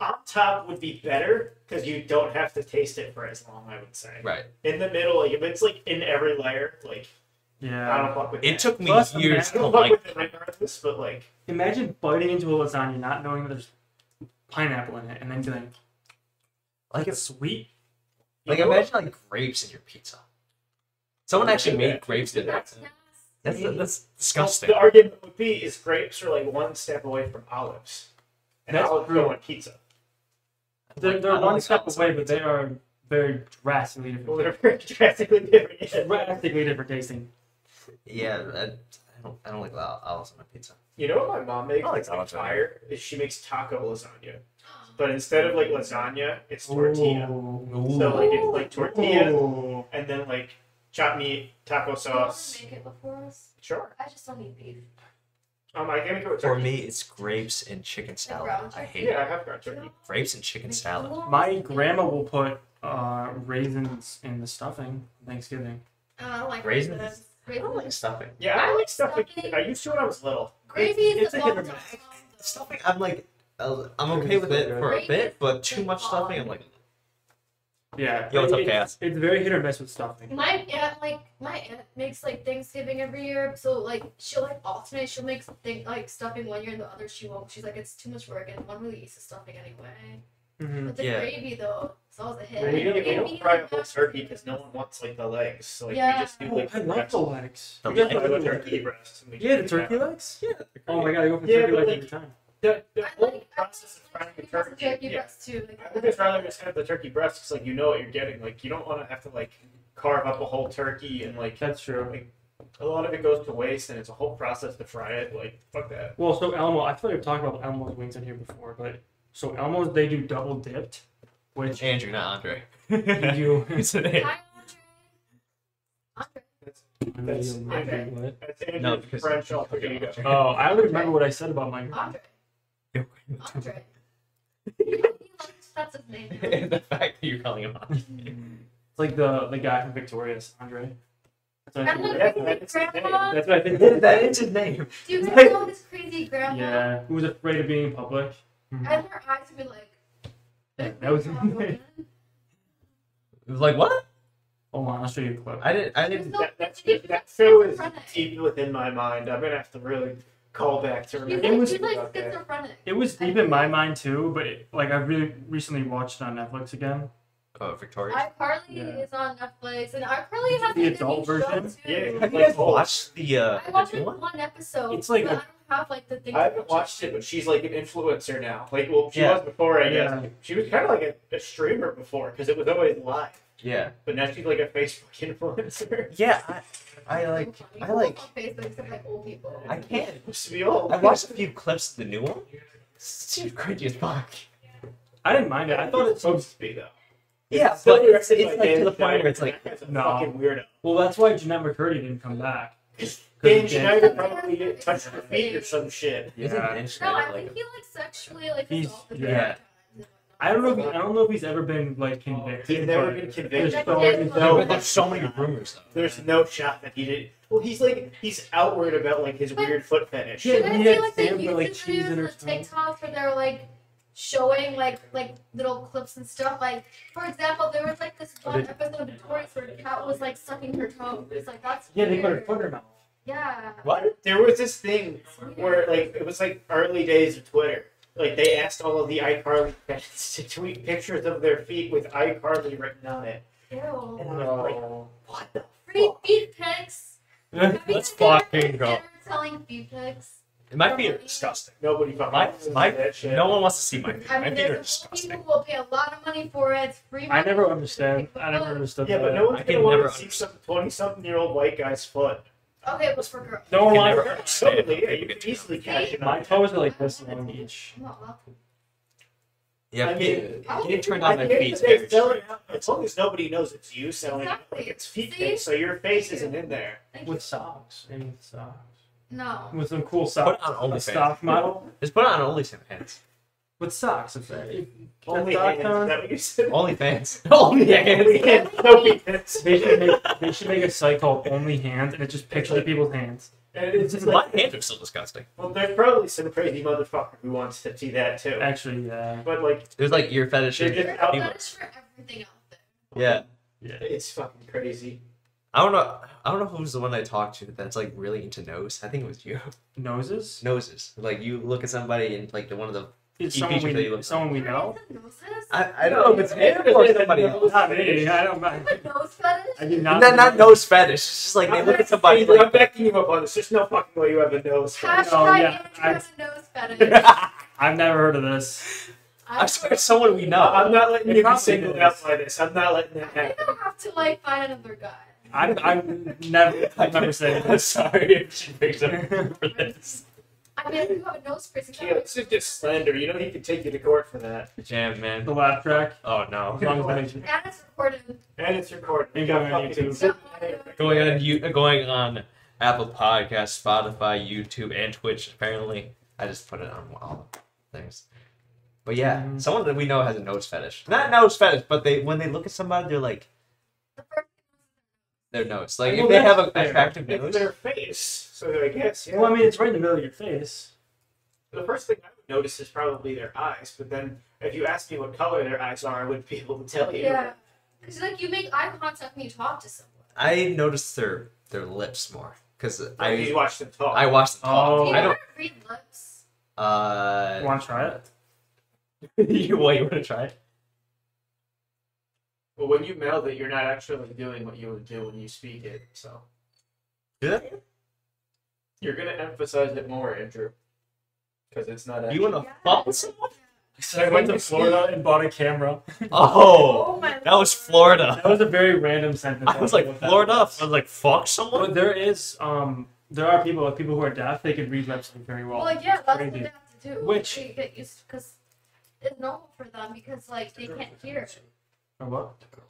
Speaker 5: On top would be better because you don't have to taste it for as long. I would say.
Speaker 2: Right.
Speaker 5: In the middle, like if it's like in every layer, like I
Speaker 2: Um,
Speaker 1: Yeah.
Speaker 5: don't fuck with
Speaker 2: It took me
Speaker 1: Plus,
Speaker 2: years
Speaker 5: I
Speaker 2: to
Speaker 5: don't fuck
Speaker 2: like.
Speaker 5: with it. I learned this, but like
Speaker 1: Imagine biting into a lasagna not knowing that there's pineapple in it and then going,
Speaker 2: Like
Speaker 1: like
Speaker 2: it's
Speaker 1: it's sweet.
Speaker 2: Like imagine like grapes in your pizza. Someone actually
Speaker 5: Yeah.
Speaker 2: made grapes in that.
Speaker 3: That's nasty.
Speaker 2: That's that's disgusting.
Speaker 5: the argument would be is grapes are like one step away from olives, and
Speaker 1: That's
Speaker 5: olives
Speaker 1: true.
Speaker 5: go on pizza.
Speaker 1: They're,
Speaker 2: I
Speaker 1: they're
Speaker 2: don't
Speaker 1: one
Speaker 2: like
Speaker 1: step
Speaker 2: olives.
Speaker 1: away, but they are very drastically
Speaker 5: Well,
Speaker 1: different.
Speaker 5: they're very drastically different. yeah.
Speaker 1: drastically different tasting.
Speaker 2: Yeah, that, I don't I don't like ol- olives on my pizza.
Speaker 5: You know what my mom makes?
Speaker 2: I like
Speaker 5: that's, like
Speaker 2: olive oil.
Speaker 5: fire. Is she makes taco lasagna, but instead of like lasagna, it's tortilla.
Speaker 1: Ooh.
Speaker 5: So like it's like tortilla
Speaker 1: Ooh.
Speaker 5: and then like chopped meat, taco
Speaker 3: Do you want to
Speaker 5: sauce.
Speaker 3: make it before us?
Speaker 5: Sure.
Speaker 3: I just don't need beef.
Speaker 5: Um, I can make it with
Speaker 2: For
Speaker 5: turkey.
Speaker 2: me, it's grapes and chicken salad. I hate
Speaker 5: Yeah, I
Speaker 2: it.
Speaker 5: have ground turkey.
Speaker 2: Grapes and chicken salad.
Speaker 1: My grandma will put uh, raisins in the stuffing Thanksgiving.
Speaker 3: I don't like
Speaker 2: Raisins? I
Speaker 3: Raisins.
Speaker 2: don't like stuffing.
Speaker 5: Yeah, I like stuff like I used to when I was little.
Speaker 3: Gravy
Speaker 5: It's-
Speaker 3: is
Speaker 5: it's
Speaker 3: the
Speaker 5: a hit or
Speaker 3: bomb.
Speaker 5: miss.
Speaker 2: Stuffing, I'm like, uh, I'm okay with it for a bit, but too much stuffing, I'm like,
Speaker 1: Yeah.
Speaker 2: Yo, what's up,
Speaker 1: it's,
Speaker 2: Cass?
Speaker 1: It's very hit or miss with stuffing.
Speaker 3: My aunt like my aunt makes like Thanksgiving every year, so like she'll like alternate. She'll make thing, like stuffing one year and the other she won't. She's like it's too much work and one really eats the stuffing anyway.
Speaker 1: Mm-hmm.
Speaker 3: But the
Speaker 2: Yeah.
Speaker 3: gravy though, it's always a hit.
Speaker 5: We don't, we
Speaker 3: Gravy
Speaker 5: don't fry the whole
Speaker 3: mashed
Speaker 5: turkey because no
Speaker 3: potatoes.
Speaker 5: one wants like the legs. So, like
Speaker 3: Yeah.
Speaker 5: we just do like
Speaker 1: Oh, I love
Speaker 5: breast-
Speaker 1: the legs.
Speaker 2: The
Speaker 1: We got
Speaker 5: we do the
Speaker 2: legs.
Speaker 5: turkey breast. and we
Speaker 1: Yeah, the
Speaker 5: just do that.
Speaker 1: turkey legs.
Speaker 2: yeah.
Speaker 1: Oh my god, I go for
Speaker 5: Yeah,
Speaker 1: turkey
Speaker 5: but
Speaker 1: legs
Speaker 5: like-
Speaker 1: every time.
Speaker 5: The, the
Speaker 3: I
Speaker 5: whole
Speaker 3: like- I like
Speaker 5: process of frying the turkey.
Speaker 3: turkey
Speaker 5: yeah.
Speaker 3: breast too.
Speaker 5: I
Speaker 3: Like,
Speaker 5: would just rather just have the turkey breast because like you know what you're getting. Like you don't want to have to like carve up a whole turkey and like
Speaker 1: That's true.
Speaker 5: a lot of it goes to waste and it's a whole process to fry it. Like fuck that.
Speaker 1: Well, so Elmo, I feel like I've talked about Elmo's wings in here before, but so Elmo's they do double dipped, which
Speaker 2: Andrew, not Andre.
Speaker 1: you
Speaker 2: It's an Andrew.
Speaker 3: Hi, Andre.
Speaker 5: That's-
Speaker 1: Andre, what?
Speaker 5: That's Andrew's
Speaker 2: No, because-
Speaker 5: French. I'll forget you
Speaker 1: Oh, I don't remember what I said about my.
Speaker 3: Andre. Andre. Andre. That's his name.
Speaker 2: the fact that you're calling him Andre.
Speaker 1: It's like the the guy from Victorious, Andre. That's what I
Speaker 3: I'm
Speaker 1: think.
Speaker 3: not
Speaker 5: Yeah,
Speaker 3: crazy
Speaker 5: that's his name.
Speaker 3: grandma.
Speaker 1: That's what I think.
Speaker 2: that is his name.
Speaker 3: Do you guys know this crazy grandma?
Speaker 1: Yeah, who was afraid of being in public.
Speaker 3: And her eyes would be like.
Speaker 1: Yeah, that was-
Speaker 2: Like what?
Speaker 1: Hold on, I'll show you Oh, a clip.
Speaker 2: I didn't. I
Speaker 3: There's
Speaker 2: didn't.
Speaker 3: no-
Speaker 5: That, that, that show is deep within my mind. I'm gonna have to really call back to
Speaker 3: She's
Speaker 5: remember.
Speaker 3: like,
Speaker 1: was-
Speaker 3: she's like
Speaker 5: about that.
Speaker 3: schizophrenic.
Speaker 1: It was deep in my mind too, but it, like I really recently watched it on Netflix again.
Speaker 2: Oh, Victoria.
Speaker 3: iCarly
Speaker 1: Yeah.
Speaker 3: is on Netflix, and iCarly has
Speaker 1: The
Speaker 3: like
Speaker 1: adult
Speaker 3: a new show,
Speaker 1: version?
Speaker 3: too.
Speaker 5: Yeah,
Speaker 2: Have you
Speaker 5: Like
Speaker 2: guys
Speaker 5: both.
Speaker 2: watched the uh
Speaker 3: I
Speaker 2: the
Speaker 3: watched
Speaker 2: new
Speaker 3: it
Speaker 2: one?
Speaker 3: one episode.
Speaker 1: It's like
Speaker 3: but
Speaker 1: a-
Speaker 3: I don't have like the thing.
Speaker 5: I haven't watched it, but she's like an influencer now. Like, well, she
Speaker 2: Yeah.
Speaker 5: was before, I guess.
Speaker 1: Yeah.
Speaker 5: She was kind of like a, a streamer before because it was always live,
Speaker 2: Yeah.
Speaker 5: but now she's like a Facebook influencer.
Speaker 2: Yeah. I, I like. I like.
Speaker 3: On Facebook, except like old people.
Speaker 2: I can't.
Speaker 5: Used to be old.
Speaker 2: I watched a few clips of the new one. It seems crazy as fuck.
Speaker 1: I didn't mind it. I thought it.
Speaker 5: supposed to be though.
Speaker 2: Yeah,
Speaker 5: It's
Speaker 2: but
Speaker 5: still
Speaker 2: it's, it's
Speaker 5: directed by
Speaker 2: like to
Speaker 5: Dan
Speaker 2: the point where it's
Speaker 5: Schneider.
Speaker 2: like
Speaker 5: That's a
Speaker 1: no.
Speaker 5: fucking weirdo.
Speaker 1: Well, that's why Jeanette McCurdy didn't come back.
Speaker 5: Dan
Speaker 1: Dan-
Speaker 5: Schneider probably didn't touch her feet or some shit.
Speaker 2: isn't
Speaker 1: Yeah.
Speaker 2: Dan
Speaker 3: No, I
Speaker 2: Schneider
Speaker 3: think
Speaker 2: like
Speaker 3: he like sexually like
Speaker 1: He's-
Speaker 3: assaulted
Speaker 1: yeah.
Speaker 3: her at times.
Speaker 1: I don't know. If, I don't know if he's ever been like convicted.
Speaker 5: He's never
Speaker 1: but
Speaker 5: been
Speaker 1: There's
Speaker 5: convicted.
Speaker 1: so many-
Speaker 3: No,
Speaker 2: but there's so many rumors though.
Speaker 5: There's no shot that he did. Well, he's like he's outward about like his weird foot fetish.
Speaker 1: Yeah,
Speaker 3: Should
Speaker 1: he
Speaker 3: I
Speaker 1: had
Speaker 3: see like the
Speaker 1: sand, but, like,
Speaker 3: YouTube
Speaker 1: cheese in her
Speaker 3: videos
Speaker 1: tongue.
Speaker 3: and TikToks where they're like showing like like little clips and stuff? Like for example, there was like this one episode of Toys where a cat was like sucking her toe. It's like that's
Speaker 1: Yeah, they put her
Speaker 3: weird.
Speaker 1: foot in her mouth.
Speaker 3: Yeah.
Speaker 2: What?
Speaker 5: There was this thing
Speaker 3: It's weird.
Speaker 5: where like it was like early days of Twitter. Like they asked all of the iCarly fans to tweet pictures of their feet with iCarly written on it.
Speaker 3: Ew.
Speaker 5: And I was
Speaker 2: Oh.
Speaker 5: like, what the
Speaker 3: Free
Speaker 5: fuck?
Speaker 3: feet pics. Have you
Speaker 2: Let's
Speaker 3: guys ever
Speaker 2: fucking go.
Speaker 3: considered Selling feet pics.
Speaker 2: My feet are disgusting.
Speaker 5: Nobody fucking
Speaker 2: My,
Speaker 5: listens to
Speaker 2: my,
Speaker 5: that shit.
Speaker 2: no one wants to see my feet.
Speaker 3: I
Speaker 2: My
Speaker 3: mean,
Speaker 2: feet are
Speaker 3: there's people
Speaker 2: disgusting.
Speaker 3: who will pay a lot of money for it. It's free.
Speaker 1: I never
Speaker 3: money.
Speaker 1: understand. I never understood.
Speaker 5: Yeah, but
Speaker 1: that.
Speaker 5: no
Speaker 2: I
Speaker 5: one's
Speaker 2: can
Speaker 5: gonna want
Speaker 2: never
Speaker 5: to see some twenty-something-year-old white guy's foot.
Speaker 3: Okay, it was for girls.
Speaker 1: No one
Speaker 2: You
Speaker 1: likes
Speaker 2: never
Speaker 1: it.
Speaker 2: understand
Speaker 5: Totally, yeah,
Speaker 2: it.
Speaker 5: you can easily cash in on
Speaker 1: My
Speaker 5: it.
Speaker 1: toes are like this long each.
Speaker 3: I'm not allowed to.
Speaker 2: Yeah,
Speaker 5: I
Speaker 2: feet,
Speaker 3: mean-
Speaker 2: getting turned
Speaker 5: At
Speaker 2: on my
Speaker 5: the end of
Speaker 2: feet is
Speaker 5: the day,
Speaker 2: very
Speaker 5: sell
Speaker 2: strange.
Speaker 5: it out. As long as nobody knows it's you selling it, like it's feet
Speaker 3: See?
Speaker 5: pics, so your face isn't in there.
Speaker 3: Thank you.
Speaker 1: With socks. And with socks.
Speaker 3: No.
Speaker 1: With some cool
Speaker 2: Put
Speaker 1: socks.
Speaker 2: it on
Speaker 1: A
Speaker 2: OnlyFans.
Speaker 1: stock model?
Speaker 2: Just put it on OnlyFans.
Speaker 1: With socks. If that, if that
Speaker 5: Only
Speaker 1: sock
Speaker 5: hands.
Speaker 1: on-
Speaker 5: Is that what you said?
Speaker 2: Oh, OnlyFans.
Speaker 5: Only
Speaker 2: OnlyFans.
Speaker 5: hands. No feet pics.
Speaker 1: They should, make, they should make a site called Only Hands and it just pictures people's hands.
Speaker 5: And it's just
Speaker 2: My
Speaker 5: like,
Speaker 2: hands are still disgusting.
Speaker 5: well, there's probably some crazy motherfucker who wants to see that too.
Speaker 1: Actually, uh, yeah.
Speaker 5: But like,
Speaker 2: There's like ear
Speaker 5: They're
Speaker 2: fetishes.
Speaker 5: just
Speaker 3: There's
Speaker 5: out
Speaker 3: a
Speaker 5: there.
Speaker 3: fetish for everything out there.
Speaker 2: Yeah.
Speaker 5: it's fucking crazy.
Speaker 2: I don't know. I don't know who's the one I talked to that's like really into nose. I think it was you.
Speaker 1: Noses?
Speaker 2: Noses. Like you look at somebody and like the one of the.
Speaker 1: It's
Speaker 2: Key
Speaker 1: someone
Speaker 2: feature that you
Speaker 1: we,
Speaker 2: look
Speaker 1: someone we
Speaker 3: There
Speaker 1: know?
Speaker 3: is a nose
Speaker 2: I, I don't know if it's him or somebody else.
Speaker 1: Not me. I don't mind.
Speaker 3: fetish? A nose fetish?
Speaker 1: I do
Speaker 2: Not,
Speaker 1: not.
Speaker 2: not, nose fetish. It's just like they
Speaker 5: I'm
Speaker 2: look at
Speaker 5: not
Speaker 2: somebody
Speaker 5: saying-
Speaker 2: like.
Speaker 5: I'm backing you up on this. There's no fucking way you have a nose. for
Speaker 3: Hashtag
Speaker 5: this.
Speaker 1: No, Oh, yeah,
Speaker 3: Andrew
Speaker 1: I-
Speaker 3: has a nose fetish.
Speaker 1: I've never heard of this.
Speaker 2: I swear it's someone we know.
Speaker 5: No, I'm not letting
Speaker 1: It
Speaker 5: you be
Speaker 1: probably
Speaker 5: singled
Speaker 1: is.
Speaker 5: out by this. I'm not letting
Speaker 3: I
Speaker 5: that
Speaker 3: think
Speaker 5: happen.
Speaker 3: I'll have to like find another guy.
Speaker 1: I've, I've never, I've never said
Speaker 2: I'm
Speaker 1: this.
Speaker 2: sorry if she picks up for this.
Speaker 3: I mean, I think I have a nose piercing.
Speaker 5: Yeah, this is just slander. You know he could take you to court for that.
Speaker 2: Jam,
Speaker 1: The
Speaker 2: man.
Speaker 1: laugh track.
Speaker 2: Oh
Speaker 1: As
Speaker 2: no.
Speaker 1: long as I-
Speaker 3: And it's recorded.
Speaker 5: And it's recorded.
Speaker 1: Ain't going on
Speaker 5: Fucking
Speaker 1: YouTube.
Speaker 5: exact-
Speaker 2: going on you going on Apple Podcasts, Spotify, YouTube, and Twitch. Apparently, I just put it on all the things. But yeah, someone that we know has a nose fetish. Not nose fetish, but they when they look at somebody, they're like
Speaker 3: The first
Speaker 2: their nose. Like
Speaker 5: Well,
Speaker 2: if they
Speaker 5: that's
Speaker 2: have an
Speaker 5: fair.
Speaker 2: attractive
Speaker 5: It's
Speaker 2: nose,
Speaker 5: their face. So I guess, yeah.
Speaker 4: Well, I mean, it's right in the middle of your face.
Speaker 5: the first thing I would notice is probably their eyes, but then if you asked me what color their eyes are, I wouldn't be able to tell you.
Speaker 3: Yeah. Because, like, you make eye contact when you talk to someone.
Speaker 2: I notice their their lips more because
Speaker 5: Like, you
Speaker 2: I
Speaker 5: watch them talk.
Speaker 2: I watch them talk.
Speaker 3: Do
Speaker 4: Oh,
Speaker 3: you
Speaker 2: I
Speaker 3: ever
Speaker 2: don't.
Speaker 3: read lips?
Speaker 2: Uh,
Speaker 4: Want to try it?
Speaker 2: you what you want to try? it?
Speaker 5: But when you mouth it, you're not actually doing what you would do when you speak it. So
Speaker 2: Yeah.
Speaker 5: you're gonna emphasize it more, Andrew, because it's not.
Speaker 2: You want to
Speaker 3: Yeah.
Speaker 2: fuck someone?
Speaker 1: So I went to Florida and bought a camera.
Speaker 2: Oh,
Speaker 3: my
Speaker 2: that was
Speaker 3: lord.
Speaker 2: Florida.
Speaker 1: That was a very random sentence.
Speaker 2: I was
Speaker 1: don't know what
Speaker 2: like
Speaker 1: that
Speaker 2: Florida. I
Speaker 1: was.
Speaker 2: was like fuck someone.
Speaker 4: But there is, um, there are people, people who are deaf, they can read lips very well.
Speaker 3: Well, yeah, that's what
Speaker 4: crazy.
Speaker 3: they have to do.
Speaker 4: Which-
Speaker 3: They get used because it's normal for them because like they can't hear.
Speaker 4: Or what?
Speaker 3: Are they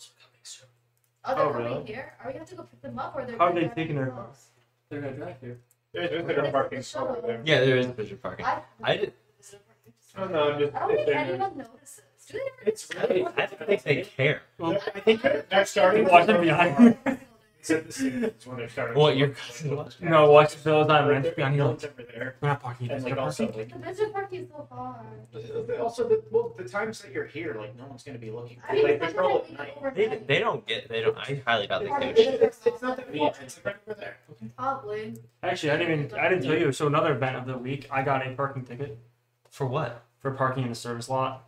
Speaker 4: Oh,
Speaker 3: coming
Speaker 4: really?
Speaker 3: here? Are we have to go pick them up or they're
Speaker 4: How are
Speaker 3: gonna
Speaker 4: they
Speaker 3: drive
Speaker 4: taking their-
Speaker 3: themselves?
Speaker 4: They're gonna drive here.
Speaker 5: There's a
Speaker 3: It's
Speaker 5: bit
Speaker 3: a
Speaker 5: of parking
Speaker 3: shuttle.
Speaker 5: spot there.
Speaker 2: Yeah, there is vision parking.
Speaker 3: I,
Speaker 2: I did-
Speaker 5: Oh no, I'm just.
Speaker 3: I don't think
Speaker 5: they're-
Speaker 3: anyone notices. Do they?
Speaker 5: It's
Speaker 2: I
Speaker 5: really.
Speaker 2: don't think they care.
Speaker 4: Well,
Speaker 5: I think they're, they're starting.
Speaker 1: Watch them behind.
Speaker 5: It's at the same place when they're starting.
Speaker 2: What your cousin was?
Speaker 1: No, watch the Bills on
Speaker 5: Like,
Speaker 1: Ranch
Speaker 5: they're-
Speaker 1: Beyond
Speaker 5: no
Speaker 1: Hill.
Speaker 5: one's ever there.
Speaker 1: We're not parking.
Speaker 5: And like also like.
Speaker 3: The vision park is so far.
Speaker 5: Also, the, well, the times that you're here, like no one's gonna be looking.
Speaker 3: I mean,
Speaker 5: like they
Speaker 3: sometimes
Speaker 5: roll
Speaker 3: they leave
Speaker 5: at night.
Speaker 2: They,
Speaker 3: overnight,
Speaker 2: they don't get. They don't. I highly doubt they
Speaker 3: It's-
Speaker 2: care.
Speaker 3: it's-
Speaker 5: It's not that far. It's right over there.
Speaker 3: Probably.
Speaker 1: Actually, I didn't even I didn't tell you. So another event of the week, I got a parking ticket
Speaker 2: For what?
Speaker 1: for parking in the service lot,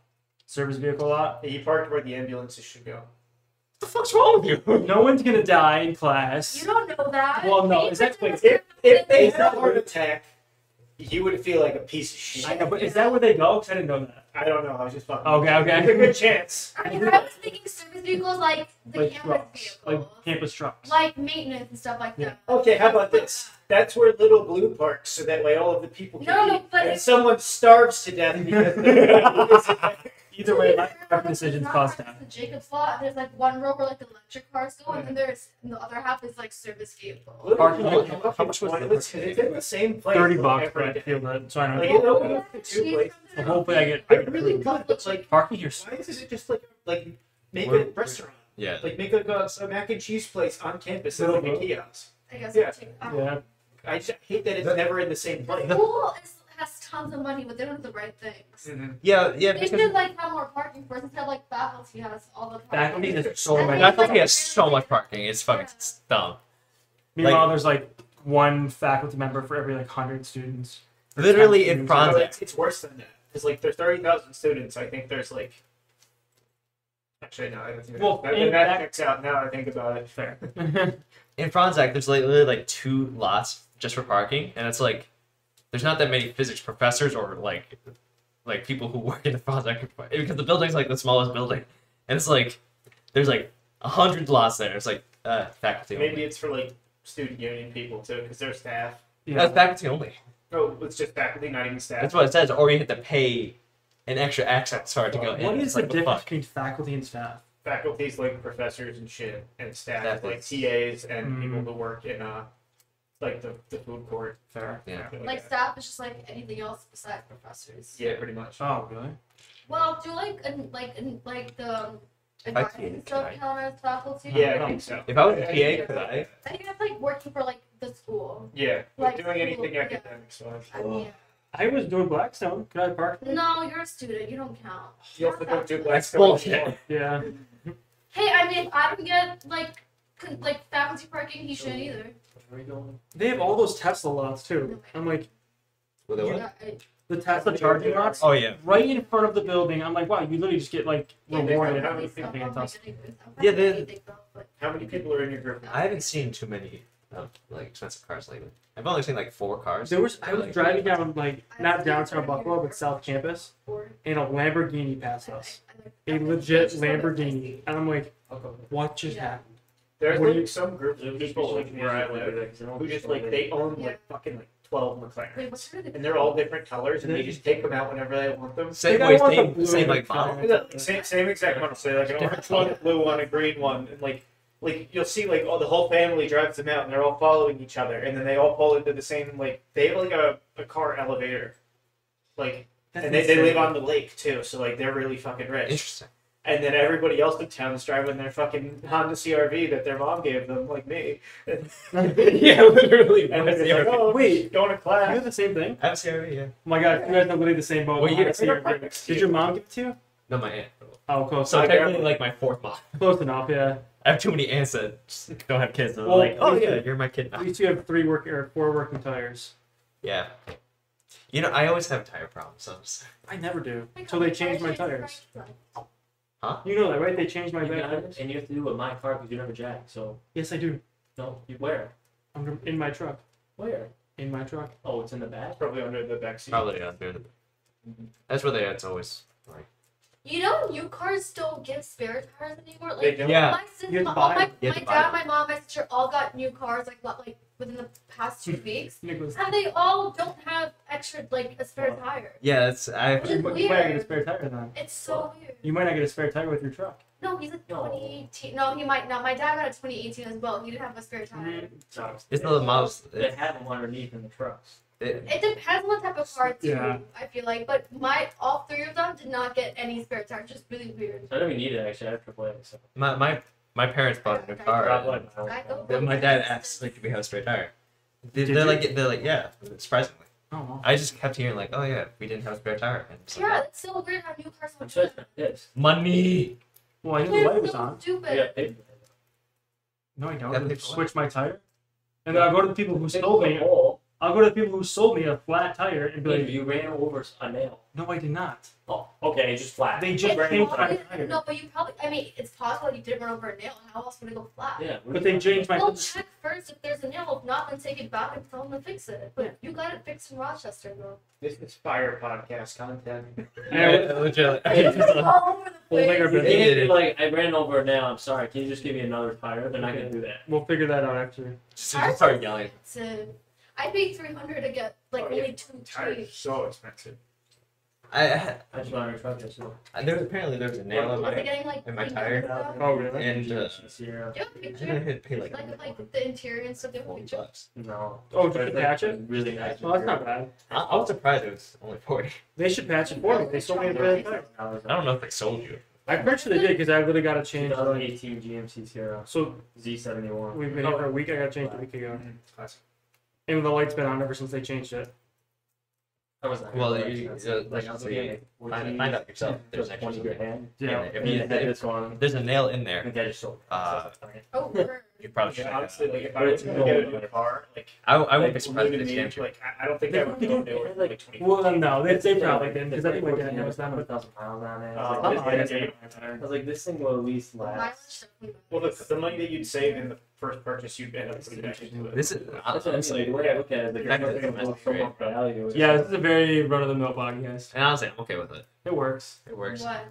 Speaker 1: service vehicle lot.
Speaker 5: He parked where the ambulances should go.
Speaker 2: What the fuck's wrong with you?
Speaker 1: No one's gonna die in
Speaker 3: You
Speaker 1: class.
Speaker 3: don't know that.
Speaker 1: Well, no,
Speaker 3: They
Speaker 1: is that
Speaker 3: pretend
Speaker 5: If, if they
Speaker 3: it's-
Speaker 5: had a heart attack, you would feel like a piece of shit.
Speaker 1: I know, but is that where they go? 'Cause I didn't know that.
Speaker 5: I don't know. I was just fucking.
Speaker 1: Okay,
Speaker 5: There's a
Speaker 1: okay.
Speaker 5: good chance.
Speaker 3: I mean, I was thinking service vehicles like the
Speaker 1: Like
Speaker 3: campus
Speaker 1: trucks,
Speaker 3: vehicles.
Speaker 1: like campus trucks.
Speaker 3: like maintenance and stuff like
Speaker 1: Yeah.
Speaker 3: that.
Speaker 5: Okay, how about this? That's where Little Blue parks, so that way all of the people can
Speaker 3: No,
Speaker 5: eat.
Speaker 3: but
Speaker 5: and
Speaker 3: if-
Speaker 5: someone starves to death because the
Speaker 1: Either way, my parking decisions cost
Speaker 3: that.
Speaker 1: that.
Speaker 3: The Jacob's lot, there's like one row where like the electric cars go, and then there's and the other half is like service vehicle.
Speaker 1: Parking
Speaker 5: Little
Speaker 1: lot.
Speaker 5: Blue
Speaker 2: How much was the
Speaker 5: It's it's in the same place.
Speaker 1: Thirty
Speaker 5: like,
Speaker 1: bucks,
Speaker 5: every
Speaker 1: but I
Speaker 5: day.
Speaker 1: feel that. So I Oh,
Speaker 5: Like,
Speaker 1: don't.
Speaker 5: it opened up to two places.
Speaker 1: So hopefully, I get I
Speaker 5: They're
Speaker 1: get
Speaker 5: really
Speaker 1: approved.
Speaker 5: good, but like,
Speaker 1: Parking your
Speaker 5: why isn't it just like like make
Speaker 2: Where-
Speaker 5: a restaurant,
Speaker 2: Yeah.
Speaker 5: like make like a, a mac and cheese place on campus and
Speaker 1: Little
Speaker 5: like a
Speaker 1: Blue.
Speaker 5: kiosk?
Speaker 3: I guess
Speaker 5: Yeah.
Speaker 3: we'll take I don't know.
Speaker 1: yeah.
Speaker 5: I just hate that it's
Speaker 6: That-
Speaker 5: never in the same place.
Speaker 3: The school is, has tons of money, but they don't have the right things.
Speaker 2: Yeah. Yeah.
Speaker 3: They
Speaker 2: Because
Speaker 3: should like have more parking for us instead of like faculty has all the
Speaker 1: Faculty
Speaker 3: parking.
Speaker 1: has so many.
Speaker 2: I think he has so much parking. It's fucking dumb.
Speaker 1: Meanwhile, there's like one faculty member for every like hundred students.
Speaker 2: Literally in
Speaker 5: No,
Speaker 2: Bronze.
Speaker 5: it's, it's worse than that. It's like there's thirty thousand students. I think there's like. Actually, no, I don't think.
Speaker 1: Well,
Speaker 5: that,
Speaker 1: in
Speaker 5: that, that
Speaker 1: fact-
Speaker 5: checks out now. I think about it.
Speaker 1: Fair.
Speaker 2: in Fronzac, there's like literally like two lots just for parking, and it's like there's not that many physics professors or like like people who work in the Fronzac because the building's like the smallest building, and it's like there's like a hundred lots there. It's like uh, faculty
Speaker 5: Maybe
Speaker 2: only.
Speaker 5: it's for like student union people too, because they're staff.
Speaker 1: yeah.
Speaker 2: That's faculty only.
Speaker 5: No, it's just faculty, not even staff.
Speaker 2: That's what it says. Or you have to pay an extra access card to go in.
Speaker 1: What is
Speaker 2: It's
Speaker 1: the
Speaker 2: like,
Speaker 1: difference
Speaker 2: fuck?
Speaker 1: between faculty and staff?
Speaker 5: faculty's like professors and shit, and staff
Speaker 2: Staff
Speaker 5: like
Speaker 2: is-
Speaker 5: TAs and
Speaker 1: Mm.
Speaker 5: people who work in uh, like the, the food court.
Speaker 1: Fair.
Speaker 2: Yeah.
Speaker 5: Something
Speaker 3: Like
Speaker 5: that.
Speaker 3: staff is just like anything else besides professors.
Speaker 5: yeah, pretty much.
Speaker 1: Oh, really?
Speaker 3: Well, do like an, like an, like the um, advising
Speaker 2: think,
Speaker 3: stuff
Speaker 2: I-
Speaker 3: count as faculty?
Speaker 5: Yeah, I think so.
Speaker 2: If I was a eh?
Speaker 5: Yeah,
Speaker 2: PA,
Speaker 5: yeah.
Speaker 2: could I?
Speaker 3: I think that's like working for like the school.
Speaker 5: Yeah,
Speaker 3: Like
Speaker 5: doing anything
Speaker 3: school, yeah.
Speaker 5: academic. So
Speaker 3: I
Speaker 2: Oh.
Speaker 3: mean,
Speaker 1: I was doing Blackstone. Could I park?
Speaker 3: no, you're a student. You don't count.
Speaker 5: you also don't do black
Speaker 2: That's
Speaker 5: belt
Speaker 2: bullshit.
Speaker 5: anymore.
Speaker 1: Yeah.
Speaker 3: Hey, I mean, if I don't get like c- like faculty parking, he shouldn't either.
Speaker 1: They have all those Tesla lots too. I'm like
Speaker 2: With a what?
Speaker 3: Yeah, I-
Speaker 1: the Tesla charging lots
Speaker 2: Oh yeah.
Speaker 1: right in front of the building. I'm like, wow, you literally just get like
Speaker 3: yeah,
Speaker 1: rewarded.
Speaker 5: how many
Speaker 3: there's
Speaker 1: people
Speaker 3: some
Speaker 1: paying
Speaker 3: of them,
Speaker 1: attention?
Speaker 3: like, anyways, I'm
Speaker 2: Yeah,
Speaker 3: not
Speaker 2: they-
Speaker 3: saying anything, though, but-
Speaker 5: How many people are in your group?
Speaker 2: I haven't seen too many of like expensive cars lately. I've only seen like four cars.
Speaker 1: There was I was driving down like not downtown Buffalo but South Campus,
Speaker 3: or-
Speaker 1: and a Lamborghini passed
Speaker 3: I- I- I-
Speaker 1: us.
Speaker 3: I-
Speaker 1: A
Speaker 3: I-
Speaker 1: legit
Speaker 3: just wanna-
Speaker 1: Lamborghini, and I'm like,
Speaker 5: Okay.
Speaker 1: what just
Speaker 3: Yeah.
Speaker 1: happened?
Speaker 5: There's
Speaker 1: What do
Speaker 5: like
Speaker 1: you-
Speaker 5: some groups of people like where I live who just like they own like fucking like twelve
Speaker 3: Wait,
Speaker 5: McLarens,
Speaker 3: what's really the-
Speaker 5: and they're all different colors, and they just take them out whenever they want them.
Speaker 1: They
Speaker 2: Same way,
Speaker 1: don't want the
Speaker 2: same,
Speaker 1: blue
Speaker 2: same
Speaker 1: and
Speaker 2: like
Speaker 1: the
Speaker 2: model.
Speaker 1: color.
Speaker 5: Yeah, Same, same exact one. Say like an orange one, a blue one, a green one, and like like you'll see like all the whole family drives them out and they're all following each other and then they all pull into the same like they have like a, a car elevator like and they, they live on the lake too so like they're really fucking rich
Speaker 2: Interesting.
Speaker 5: and then everybody else in town is driving their fucking honda crv that their mom gave them like me and
Speaker 1: yeah, literally.
Speaker 5: they're just like, oh wait going to
Speaker 1: You
Speaker 5: class
Speaker 1: have the same thing?
Speaker 2: I have CRV, yeah.
Speaker 1: Oh my god, you guys don't believe the same boat.
Speaker 2: What year?
Speaker 1: Honestly, you're right. Did your mom give it to you?
Speaker 2: Not my aunt.
Speaker 1: Oh, close.
Speaker 2: So
Speaker 5: I
Speaker 2: technically,
Speaker 5: got-
Speaker 2: like my fourth mom.
Speaker 1: Close enough, yeah.
Speaker 2: I have too many aunts that just don't have kids. And they're
Speaker 1: Well,
Speaker 2: like, oh
Speaker 1: we
Speaker 2: yeah,
Speaker 1: could-
Speaker 2: you're my kid now.
Speaker 1: You two have three work or four working tires.
Speaker 2: Yeah. You know, I always have tire problems. So I'm just-
Speaker 1: I never do. Until they change my tires. You know that, right? They changed my
Speaker 7: You
Speaker 1: back
Speaker 7: got it,
Speaker 1: tires.
Speaker 7: and you have to do it with my car because you never jack. So
Speaker 1: Yes, I do.
Speaker 7: no, you where?
Speaker 1: I'm in my truck.
Speaker 7: Where?
Speaker 1: In my truck.
Speaker 7: Oh, it's in the back.
Speaker 5: probably under the back
Speaker 1: Oh.
Speaker 5: seat
Speaker 2: probably out there. That's where the aunts always.
Speaker 3: You know, new cars don't give spare tires anymore. Like
Speaker 5: they don't
Speaker 2: Yeah.
Speaker 3: My, sis,
Speaker 1: You have
Speaker 3: my,
Speaker 1: to buy
Speaker 3: my,
Speaker 2: You have
Speaker 3: my
Speaker 2: to buy
Speaker 3: dad, my mom, my sister all got new cars like what, like within the past
Speaker 1: Hmm.
Speaker 3: two weeks,
Speaker 1: Nicholas.
Speaker 3: and they all don't have extra like a spare tire.
Speaker 2: Yeah, that's I have
Speaker 3: Which
Speaker 2: to.
Speaker 1: You
Speaker 3: is
Speaker 1: might you might not get a
Speaker 3: weird.
Speaker 1: spare tire then.
Speaker 3: It's so weird.
Speaker 1: You might not get a spare tire with your truck.
Speaker 3: No, he's like
Speaker 7: No.
Speaker 3: 2018. No, he might not. My dad got a 2018 as well. He didn't have a spare tire.
Speaker 1: Hmm.
Speaker 7: No,
Speaker 2: It's
Speaker 7: they-
Speaker 2: not the mouse.
Speaker 7: They have them underneath in the trucks.
Speaker 2: it-
Speaker 3: It depends on what type of car too.
Speaker 1: Yeah.
Speaker 3: I feel like, but my all three of them did not get any spare tires. Just really weird.
Speaker 7: So I don't even need it actually. I have AAA. So
Speaker 2: my my my parents bought a new
Speaker 7: God
Speaker 2: car.
Speaker 7: bless my own
Speaker 3: I
Speaker 7: car.
Speaker 3: go-
Speaker 2: Then my dad asked like, "Do we have a straight tire?" They,
Speaker 1: Did
Speaker 2: they're
Speaker 1: you?
Speaker 2: like, they're like, yeah, surprisingly.
Speaker 1: Oh, well.
Speaker 2: I just kept hearing like, oh yeah, we didn't have a spare tire. And it's like,
Speaker 3: Yeah, it's so weird how new cars
Speaker 7: I'm
Speaker 3: don't
Speaker 7: sure
Speaker 3: do
Speaker 7: it's
Speaker 3: that.
Speaker 7: not this.
Speaker 2: money.
Speaker 1: Well, I knew the
Speaker 3: They're
Speaker 1: light was
Speaker 3: so
Speaker 1: on.
Speaker 7: We
Speaker 3: Stupid.
Speaker 7: got paid for it.
Speaker 1: No, I don't.
Speaker 2: Yeah,
Speaker 1: I'm
Speaker 2: they-
Speaker 1: gonna switch my tire. And then I'll go to the people who sold
Speaker 7: Pick
Speaker 1: me.
Speaker 7: up the hole,
Speaker 1: I'll go to the people who sold me a flat tire and be
Speaker 7: Like
Speaker 1: like,
Speaker 7: you ran over a nail.
Speaker 1: no, I did not.
Speaker 7: Oh, okay, it's just flat.
Speaker 1: They
Speaker 3: It's
Speaker 1: just changed my
Speaker 3: probably-
Speaker 1: tire.
Speaker 3: No, but you probably. I mean, it's possible you did run over a nail. How else would it go flat?
Speaker 7: Yeah.
Speaker 1: But they changed my.
Speaker 3: Well, check first if there's a nail. If not, then take it back and tell them to fix it. But you got it fixed in Rochester, though.
Speaker 5: this is fire podcast content
Speaker 1: Yeah.
Speaker 2: legit.
Speaker 3: It's all over the
Speaker 1: We'll make
Speaker 3: place.
Speaker 1: our
Speaker 7: They
Speaker 1: business.
Speaker 2: did it.
Speaker 7: did like I ran over a nail. I'm sorry. Can you just give me another tire? They're not gonna do that.
Speaker 1: We'll figure that out after.
Speaker 2: Just, just started yelling.
Speaker 3: So, I paid three hundred to get like
Speaker 5: Oh, yeah.
Speaker 3: only two
Speaker 5: tires are
Speaker 3: trees.
Speaker 5: so expensive
Speaker 2: I, I-
Speaker 7: I just wanted to try this. one.
Speaker 2: I there was apparently there was a nail in
Speaker 3: Was it
Speaker 2: my
Speaker 3: getting like
Speaker 2: in my
Speaker 3: cleaned up
Speaker 2: tire?
Speaker 3: and stuff?
Speaker 1: Oh, really?
Speaker 2: and uh,
Speaker 7: Sierra.
Speaker 3: Do you have a
Speaker 2: I
Speaker 3: picture?
Speaker 2: think I had to pay like
Speaker 3: Like of like the interior and stuff. Do you have a
Speaker 2: forty
Speaker 3: picture?
Speaker 2: bucks.
Speaker 7: No.
Speaker 1: Oh, did you patch it?
Speaker 7: Really nice.
Speaker 1: Well, that's not bad.
Speaker 2: I, I was surprised it was only forty.
Speaker 1: They should patch it for me. They sold me a bad tire.
Speaker 2: I don't know if they sold you.
Speaker 1: I bet you they did because I literally got to change. the-
Speaker 7: 2018 GMC Sierra
Speaker 1: So
Speaker 7: Z71.
Speaker 1: we've been here for a week. I got changed a week ago, and the light's been on ever since they changed it.
Speaker 7: That was not
Speaker 2: Well,
Speaker 7: good.
Speaker 2: you-
Speaker 7: That's-
Speaker 2: uh,
Speaker 7: like,
Speaker 2: let's
Speaker 7: I was
Speaker 2: see.
Speaker 7: looking at it.
Speaker 2: Find, find out yourself. if There's
Speaker 7: Just one
Speaker 2: actually
Speaker 7: in your
Speaker 2: something.
Speaker 7: hand.
Speaker 1: Yeah.
Speaker 2: If
Speaker 7: If
Speaker 2: you-
Speaker 7: you had this one,
Speaker 2: If there's a nail in there,
Speaker 7: the guy just sold. it.
Speaker 2: Uh,
Speaker 3: Oh, word.
Speaker 2: you probably should.
Speaker 5: Yeah,
Speaker 2: I,
Speaker 5: honestly, like if I
Speaker 7: But
Speaker 5: were
Speaker 7: it's
Speaker 5: to
Speaker 7: no
Speaker 5: get a new
Speaker 7: one.
Speaker 5: car, like
Speaker 2: I wouldn't be
Speaker 5: like,
Speaker 2: surprised if
Speaker 5: new
Speaker 2: they
Speaker 5: to
Speaker 2: scammed
Speaker 5: me,
Speaker 2: you.
Speaker 5: like I, I don't think
Speaker 7: They
Speaker 5: I would
Speaker 7: probably
Speaker 5: go
Speaker 7: did.
Speaker 5: newer than
Speaker 7: Like,
Speaker 5: like twenty.
Speaker 1: Well, no, they, they probably didn't because I think my dad
Speaker 7: had
Speaker 1: knows that. But
Speaker 7: thousand miles on it.
Speaker 5: Uh,
Speaker 7: I was like,
Speaker 5: yeah,
Speaker 7: this-
Speaker 5: yeah, yeah.
Speaker 7: I was like, this thing will at least
Speaker 3: Mileage
Speaker 7: last.
Speaker 3: definitely.
Speaker 5: Well, the, the money that you'd save in the first purchase, you'd end up putting back into it.
Speaker 2: This is
Speaker 7: That's what I mean, like,
Speaker 2: honestly,
Speaker 7: the way I look at it,
Speaker 5: Like, you're
Speaker 7: like, you're
Speaker 5: not
Speaker 7: gonna
Speaker 5: gonna
Speaker 7: build
Speaker 2: mess
Speaker 7: so
Speaker 2: with
Speaker 7: much value. It's
Speaker 1: yeah,
Speaker 7: like-
Speaker 1: this is a very run of the mill podcast.
Speaker 2: and honestly, I'm okay with it.
Speaker 1: It works.
Speaker 2: It works.
Speaker 3: What?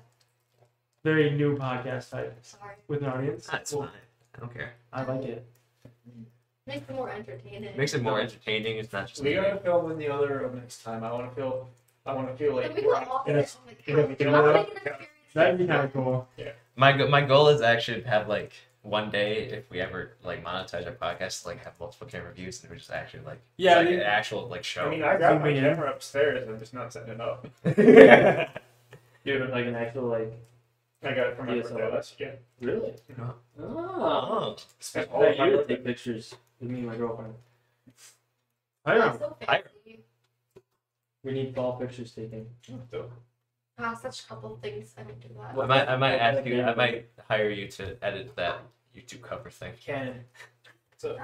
Speaker 1: Very new podcast type
Speaker 3: Sorry.
Speaker 1: with an audience.
Speaker 2: That's fine. I don't care.
Speaker 1: I like it.
Speaker 3: Makes it more entertaining.
Speaker 2: It makes it more entertaining. It's not just.
Speaker 5: We gotta film in the other room next time. I want to feel. I want to feel like.
Speaker 3: Then we can all
Speaker 5: Yeah,
Speaker 3: get it on the
Speaker 5: yeah, we
Speaker 3: couch.
Speaker 5: can
Speaker 3: I'll
Speaker 5: all-
Speaker 3: make it a
Speaker 5: yeah.
Speaker 3: series.
Speaker 1: That'd be kind of cool.
Speaker 2: My go- my goal is actually to have like one day if we ever like monetize our podcast, like have multiple camera views and we just actually like
Speaker 1: Yeah,
Speaker 2: like
Speaker 1: I mean-
Speaker 2: an actual like show.
Speaker 5: I mean, I got my
Speaker 1: Zooming in.
Speaker 5: camera upstairs. I'm just not setting it up.
Speaker 7: Dude, like an actual, like,
Speaker 5: I got it from my
Speaker 7: DSLR.
Speaker 5: birthday last year.
Speaker 7: really?
Speaker 2: Yeah.
Speaker 7: Oh.
Speaker 2: Oh,
Speaker 5: Spent all
Speaker 7: I
Speaker 5: of my
Speaker 7: you to
Speaker 5: birthday.
Speaker 7: take pictures with me and my girlfriend.
Speaker 1: I don't know.
Speaker 3: That's so
Speaker 2: I-
Speaker 3: fancy.
Speaker 7: We need all pictures taken.
Speaker 5: So,
Speaker 3: Wow, such a couple things. I don't do that.
Speaker 2: I might I might ask you. I might hire you to edit that YouTube cover thing.
Speaker 5: Canon. So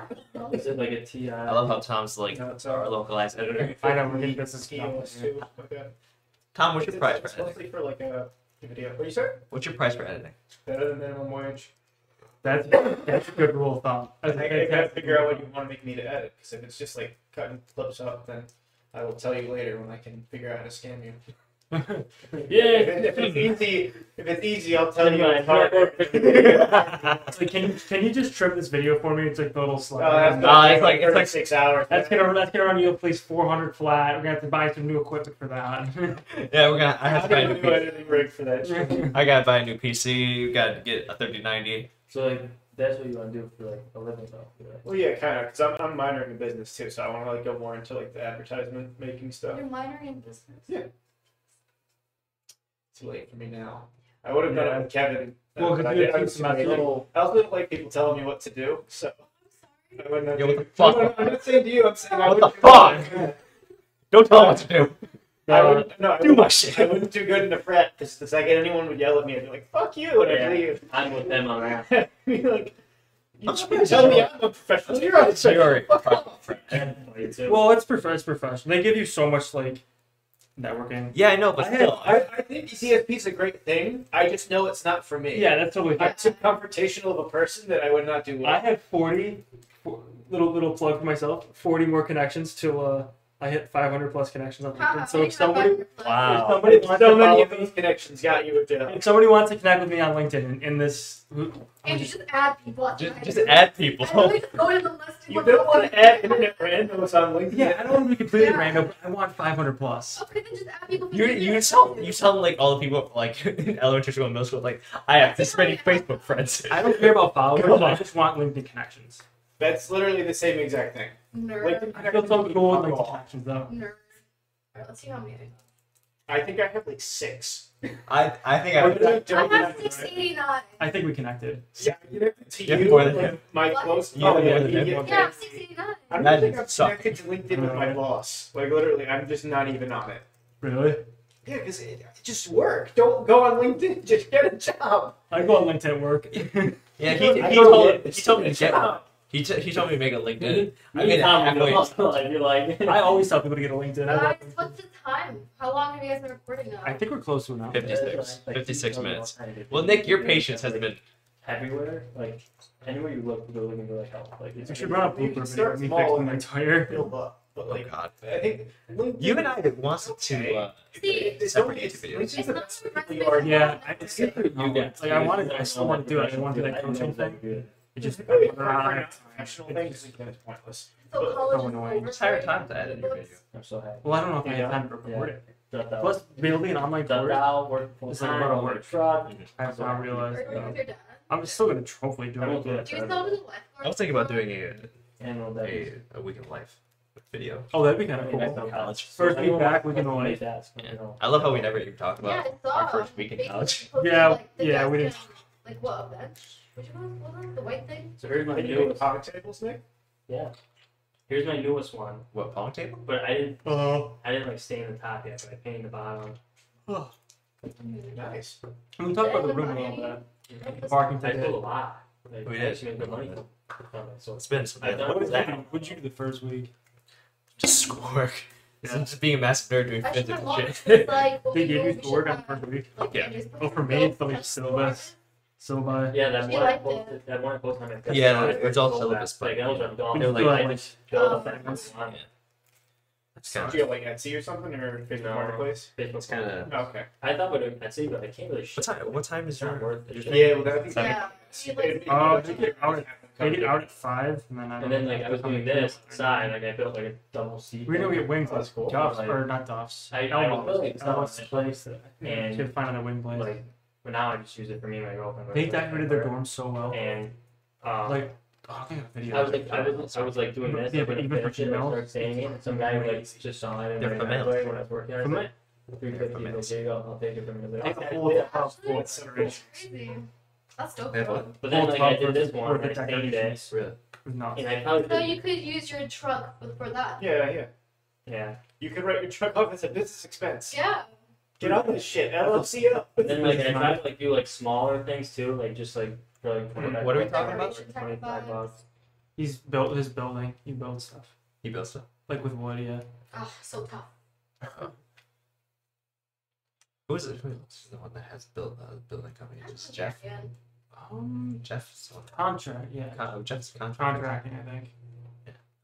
Speaker 7: Is it like a TI?
Speaker 2: I love how Tom's like
Speaker 5: no, it's
Speaker 2: our
Speaker 5: our
Speaker 2: localized editor.
Speaker 1: I know. We're getting business.
Speaker 5: EOS
Speaker 1: Too.
Speaker 5: too. Okay.
Speaker 2: Tom, what's your
Speaker 5: It's-
Speaker 2: price
Speaker 5: It's
Speaker 2: for editing?
Speaker 5: mostly for like a video. What do you say?
Speaker 2: What's your price for editing?
Speaker 5: Better than minimum wage.
Speaker 1: That's that's a good rule of thumb.
Speaker 5: I
Speaker 1: That's a
Speaker 5: I gotta
Speaker 1: fantastic
Speaker 5: figure out
Speaker 1: rule
Speaker 5: what
Speaker 1: of
Speaker 5: you want to make me to edit, because if it's just like cutting clips up, then I will tell you later when I can figure out how to scam you. If,
Speaker 7: Yeah.
Speaker 5: it- if it's easy, if it's easy, I'll tell
Speaker 7: Never
Speaker 5: you.
Speaker 7: mind,
Speaker 5: it's hard.
Speaker 7: hardcore
Speaker 1: It's like, can you can you just trim this video for me? It's like the little
Speaker 5: Oh,
Speaker 1: slide.
Speaker 5: that's
Speaker 2: No,
Speaker 5: gonna
Speaker 2: it's
Speaker 5: take
Speaker 2: like- it's like-
Speaker 5: six hours.
Speaker 1: that's gonna that's gonna run you at least 400 flat. We're gonna have to buy some new equipment for that.
Speaker 2: Yeah, we're gonna. I have
Speaker 5: I'm
Speaker 2: to buy a
Speaker 5: gonna
Speaker 2: new
Speaker 5: do
Speaker 2: PC.
Speaker 5: anything rig for that. shit.
Speaker 2: I gotta buy a new PC. Gotta get a 3090.
Speaker 7: So like that's what you want to do for like a living though. right?
Speaker 5: Well, yeah, kind of, because I'm, I'm minoring in business too, so I want to like go more into like the advertisement making stuff.
Speaker 3: You're minoring in business.
Speaker 5: It's late for me now. I would have done it with Kevin. uh,
Speaker 1: Well, 'cause
Speaker 5: but I,
Speaker 1: you
Speaker 5: did-
Speaker 1: had
Speaker 5: I
Speaker 1: two
Speaker 5: was too lazy.
Speaker 1: semesters.
Speaker 5: I also didn't like people telling me what to do, so I wouldn't. Have
Speaker 2: Yeah, what the
Speaker 5: No,
Speaker 2: fuck?
Speaker 5: no, no, I'm not saying to you. I'm saying I
Speaker 2: What
Speaker 5: wouldn't
Speaker 2: the
Speaker 5: do good.
Speaker 2: Don't tell me what to do.
Speaker 5: I wouldn't. No, I
Speaker 2: Do my
Speaker 5: wouldn't,
Speaker 2: shit.
Speaker 5: I wouldn't do good in a frat because the second anyone would yell at me, I'd be like, "Fuck you," and
Speaker 7: Yeah.
Speaker 5: I'd leave.
Speaker 7: I'm with them on that.
Speaker 5: be like, you
Speaker 2: I'm
Speaker 5: can
Speaker 2: surprised
Speaker 5: tell
Speaker 2: you
Speaker 5: me I'm a professional. You're a
Speaker 2: So you're a problem.
Speaker 1: well, it's prof- it's professional. They give you so much like networking.
Speaker 2: Yeah, I know, but
Speaker 5: I,
Speaker 2: still.
Speaker 5: I, I think E ECFP is a great thing. I just know it's not for me.
Speaker 1: Yeah, that's totally.
Speaker 5: I'm too confrontational of a person that I would not do
Speaker 1: I
Speaker 5: well.
Speaker 1: have 40 four- little little plug for myself. 40 more connections till uh, I hit 500 plus connections on
Speaker 3: Haha,
Speaker 1: LinkedIn. So
Speaker 3: you
Speaker 1: if
Speaker 3: have
Speaker 1: somebody
Speaker 3: minoring in
Speaker 2: Wow.
Speaker 1: if somebody
Speaker 5: If
Speaker 1: wants
Speaker 5: so
Speaker 1: to
Speaker 5: many
Speaker 1: follow
Speaker 5: of these connections got you a job.
Speaker 1: If somebody wants to connect with me on LinkedIn in, in this,
Speaker 3: business. And you just add people. at the
Speaker 2: Just,
Speaker 3: end.
Speaker 2: just add
Speaker 3: I
Speaker 2: people.
Speaker 3: really just go to the list. and
Speaker 5: You
Speaker 3: look
Speaker 5: don't
Speaker 3: up-
Speaker 5: want to add internet randoms on LinkedIn.
Speaker 1: yeah, I don't want to be completely
Speaker 3: Yeah.
Speaker 1: random. But I want 500 plus.
Speaker 3: Okay, then just add people. who
Speaker 2: You
Speaker 3: live
Speaker 2: you
Speaker 3: there.
Speaker 2: sound you sound like all the people like in elementary school and middle school like I have this many Facebook friends.
Speaker 1: I don't care about followers.
Speaker 2: Come
Speaker 1: I
Speaker 2: on.
Speaker 1: just want LinkedIn connections.
Speaker 5: That's literally the same exact thing.
Speaker 3: Nerd.
Speaker 5: LinkedIn
Speaker 1: I feel so cool with LinkedIn connections though.
Speaker 3: Nerd. Alright, let's see how many. I got.
Speaker 5: I think I have like six.
Speaker 2: I I think
Speaker 5: Or did
Speaker 2: I
Speaker 5: I jump
Speaker 3: I
Speaker 5: in?
Speaker 3: have six eighty nine.
Speaker 1: I think we connected.
Speaker 5: Yeah, I connected to
Speaker 2: You have
Speaker 5: you,
Speaker 2: more than
Speaker 5: like,
Speaker 2: him.
Speaker 5: my close.
Speaker 2: You have
Speaker 5: oh,
Speaker 2: more
Speaker 5: yeah,
Speaker 2: than
Speaker 5: you
Speaker 2: him.
Speaker 5: get-
Speaker 3: Yeah, six eighty nine.
Speaker 5: I
Speaker 2: That
Speaker 5: don't think
Speaker 2: is
Speaker 5: I'm
Speaker 2: suck.
Speaker 5: connected to LinkedIn with my boss. Like literally, I'm just not even on it.
Speaker 1: Really?
Speaker 5: Yeah, because it, just work. Don't go on LinkedIn. Just get a job.
Speaker 1: I go on LinkedIn at work.
Speaker 2: yeah
Speaker 5: I
Speaker 2: he,
Speaker 5: don't
Speaker 2: he told
Speaker 5: get
Speaker 2: me he told me to
Speaker 5: this.
Speaker 2: get one. He, t- he told me to make a LinkedIn. I
Speaker 7: You
Speaker 2: mean,
Speaker 7: come
Speaker 2: halfway.
Speaker 7: up, like you're like.
Speaker 1: I always tell people to get a LinkedIn. I,
Speaker 3: Guys,
Speaker 1: love LinkedIn.
Speaker 3: what's the time? How long have you guys been recording now?
Speaker 1: I think we're close to an hour.
Speaker 2: 56
Speaker 7: Like,
Speaker 2: 56
Speaker 7: you don't know
Speaker 2: minutes.
Speaker 7: what kind of
Speaker 2: Well, Nick, your
Speaker 7: thing you're
Speaker 2: patience has
Speaker 7: gonna
Speaker 2: been.
Speaker 7: have, like, everywhere. Like anywhere you look, they're looking for like help. Like it's
Speaker 1: I should run a
Speaker 5: You can
Speaker 1: blooper video
Speaker 5: start
Speaker 1: of me
Speaker 5: small
Speaker 1: fixing
Speaker 5: and
Speaker 1: my
Speaker 5: then
Speaker 1: tire.
Speaker 5: Build up, but
Speaker 2: Oh
Speaker 5: like
Speaker 2: God.
Speaker 5: I think LinkedIn.
Speaker 2: You and I have wanted to. Uh,
Speaker 3: See,
Speaker 5: It's
Speaker 2: separate
Speaker 5: only- it's-
Speaker 2: videos.
Speaker 5: it's just
Speaker 3: It's
Speaker 5: the
Speaker 3: not
Speaker 5: best people
Speaker 3: resume.
Speaker 5: you are.
Speaker 1: Yeah, I just get through
Speaker 2: You
Speaker 1: Like
Speaker 2: get-
Speaker 1: I wanted, I still want to do it. I didn't want to do that coaching thing. It just
Speaker 5: Oh, yeah,
Speaker 1: I
Speaker 5: for-
Speaker 1: run out
Speaker 5: for
Speaker 1: of
Speaker 5: an
Speaker 1: time.
Speaker 5: actual
Speaker 1: It
Speaker 5: thing,
Speaker 1: just-
Speaker 5: it's pointless.
Speaker 3: so college is
Speaker 1: annoying.
Speaker 3: over,
Speaker 2: entire
Speaker 3: right?
Speaker 2: time to edit your video.
Speaker 7: I'm so happy.
Speaker 1: Well, I don't know if I
Speaker 5: Yeah.
Speaker 1: have time to record it.
Speaker 7: Dot thou-
Speaker 1: Plus, building an online
Speaker 7: dot
Speaker 1: course,
Speaker 7: thou, work full
Speaker 1: It's like a
Speaker 7: time,
Speaker 1: lot of
Speaker 7: own a
Speaker 1: work.
Speaker 7: truck.
Speaker 1: I have not
Speaker 3: Or
Speaker 1: realized.
Speaker 3: if
Speaker 1: though.
Speaker 3: you're done.
Speaker 1: I'm still gonna hopefully do
Speaker 7: I won't do
Speaker 1: it.
Speaker 7: it.
Speaker 3: Do you still do the life
Speaker 2: I was thinking about doing a,
Speaker 7: And all that.
Speaker 2: a a week in life video.
Speaker 1: Oh, that'd be kind of
Speaker 7: Maybe back
Speaker 1: cool.
Speaker 7: to college.
Speaker 1: First week
Speaker 7: Everyone
Speaker 1: back,
Speaker 7: wants
Speaker 1: we
Speaker 7: to
Speaker 1: can
Speaker 7: play
Speaker 1: like-
Speaker 7: that, so, you
Speaker 2: Yeah.
Speaker 7: know.
Speaker 2: I love how we never even talked
Speaker 3: Yeah,
Speaker 2: about.
Speaker 3: I saw.
Speaker 2: our first week in
Speaker 3: Facebook
Speaker 2: college.
Speaker 3: posted,
Speaker 1: Yeah,
Speaker 3: like, the
Speaker 1: yeah,
Speaker 3: guys
Speaker 1: we
Speaker 3: in,
Speaker 1: didn't-
Speaker 3: Like what a bench? Which one was that? The white thing?
Speaker 7: So here's my
Speaker 5: Can you make
Speaker 7: newest.
Speaker 5: comic tables, Nick?
Speaker 7: Yeah. Here's my newest one,
Speaker 2: What pong table?
Speaker 7: but I didn't.
Speaker 1: Uh,
Speaker 7: I didn't like stay in the top yet, but I painted the bottom.
Speaker 3: Mm-hmm.
Speaker 5: Nice.
Speaker 1: we can talk about the room a little bit. The parking
Speaker 7: I pulled a
Speaker 1: ticket.
Speaker 7: lot. Like,
Speaker 2: We
Speaker 7: I
Speaker 2: did.
Speaker 7: actually made good money. from it, So
Speaker 2: It's been so bad.
Speaker 7: I've done
Speaker 1: What
Speaker 7: it
Speaker 1: was
Speaker 7: that.
Speaker 1: that? What'd you do the first week?
Speaker 2: Just schoolwork.
Speaker 1: Yeah.
Speaker 2: Just being a massive nerd doing
Speaker 3: I should have
Speaker 2: physical
Speaker 3: launched
Speaker 2: shit.
Speaker 3: this, like. what
Speaker 1: They
Speaker 3: we
Speaker 1: gave
Speaker 3: do,
Speaker 1: you
Speaker 3: we
Speaker 1: the
Speaker 3: should
Speaker 1: work on
Speaker 3: have,
Speaker 1: first week.
Speaker 3: like,
Speaker 2: Yeah.
Speaker 3: Andrew's
Speaker 1: Well, for me,
Speaker 3: built
Speaker 1: it's the, like,
Speaker 3: test
Speaker 1: syllabus. So uh, by
Speaker 7: Yeah, that
Speaker 3: She
Speaker 7: one I
Speaker 3: liked
Speaker 7: posted. That one I posted on my Facebook.
Speaker 2: Yeah, it was all
Speaker 7: Like,
Speaker 2: syllabus, but-
Speaker 7: like, that was on golf.
Speaker 1: we
Speaker 2: They're
Speaker 1: do
Speaker 2: like-
Speaker 1: like
Speaker 7: Golf,
Speaker 3: Um,
Speaker 7: that was on
Speaker 2: kinda-
Speaker 5: Did you get like Etsy or something or Facebook
Speaker 7: No.
Speaker 5: Marketplace?
Speaker 7: Facebook.
Speaker 2: It's kind of.
Speaker 5: Okay.
Speaker 7: I thought about it I'd say, but I can't really.
Speaker 2: What
Speaker 7: shit.
Speaker 2: time? What time is
Speaker 7: It's not
Speaker 2: your?
Speaker 7: worth the shit.
Speaker 5: Yeah, well, that'd be
Speaker 2: Seven.
Speaker 3: Yeah. She likes-
Speaker 5: It'd be-
Speaker 1: Oh,
Speaker 5: it'd be-
Speaker 1: take it out- take it out at five, and then I don't.
Speaker 7: And then like I was doing this side, like I built like a double seat.
Speaker 1: We're gonna get wings.
Speaker 5: Oh, That's cool.
Speaker 1: Duffs
Speaker 7: Like-
Speaker 1: or not Duffs?
Speaker 7: I- I
Speaker 1: Elmos.
Speaker 7: was like, it's not
Speaker 1: Elmos
Speaker 7: my
Speaker 1: place.
Speaker 7: And-
Speaker 1: should find a wing place.
Speaker 7: like, but now I just use it for me and my girlfriend.
Speaker 1: they decorated their dorm so well.
Speaker 7: And um,
Speaker 1: Like, oh, they have a video.
Speaker 7: I was like, I was, I was like doing this.
Speaker 1: Yeah,
Speaker 7: I
Speaker 1: but
Speaker 7: couldn't
Speaker 1: even for
Speaker 7: finish it, I
Speaker 1: Gmail,
Speaker 7: started saying it, and some guy like just saw it. in
Speaker 2: They're
Speaker 7: my
Speaker 2: for males.
Speaker 7: driveway When I was working on it,
Speaker 1: For
Speaker 7: he's
Speaker 1: male.
Speaker 7: like, 350,
Speaker 2: males.
Speaker 7: like, there you go. I'll take it from you. I was like,
Speaker 1: Take a
Speaker 7: okay.
Speaker 1: whole
Speaker 7: Yeah.
Speaker 1: house full of
Speaker 3: Actually, that's
Speaker 1: decorations.
Speaker 3: crazy. That's dope.
Speaker 2: They have
Speaker 3: though.
Speaker 2: what?
Speaker 7: But then
Speaker 1: Full
Speaker 7: like I
Speaker 1: tub
Speaker 7: did this
Speaker 1: worth-
Speaker 7: one,
Speaker 1: worth
Speaker 7: and
Speaker 1: of
Speaker 7: I painted it,
Speaker 1: decorations.
Speaker 2: Really?
Speaker 1: Not.
Speaker 7: and I probably
Speaker 3: So
Speaker 7: did-
Speaker 3: you could use your truck with- for that.
Speaker 5: Yeah, yeah.
Speaker 7: yeah.
Speaker 5: You could write your truck off as a business expense.
Speaker 3: Yeah.
Speaker 5: Get on this shit. LLC up.
Speaker 7: And then like I
Speaker 1: Nice.
Speaker 7: tried to like do like smaller things too, like just like for like twenty five.
Speaker 2: What are we
Speaker 7: bucks,
Speaker 2: talking about?
Speaker 7: like, Twenty-five bucks.
Speaker 1: He's built his building. He builds stuff
Speaker 2: He built stuff.
Speaker 1: like with wood. Yeah.
Speaker 3: Oh, so tough.
Speaker 2: Who is it? Who is the one that has built uh, building company? Just Jeff.
Speaker 3: Again.
Speaker 2: Um, Jeff's one.
Speaker 1: Contract. Yeah.
Speaker 2: Con- oh, Jeff's contract.
Speaker 1: Contracting. I think.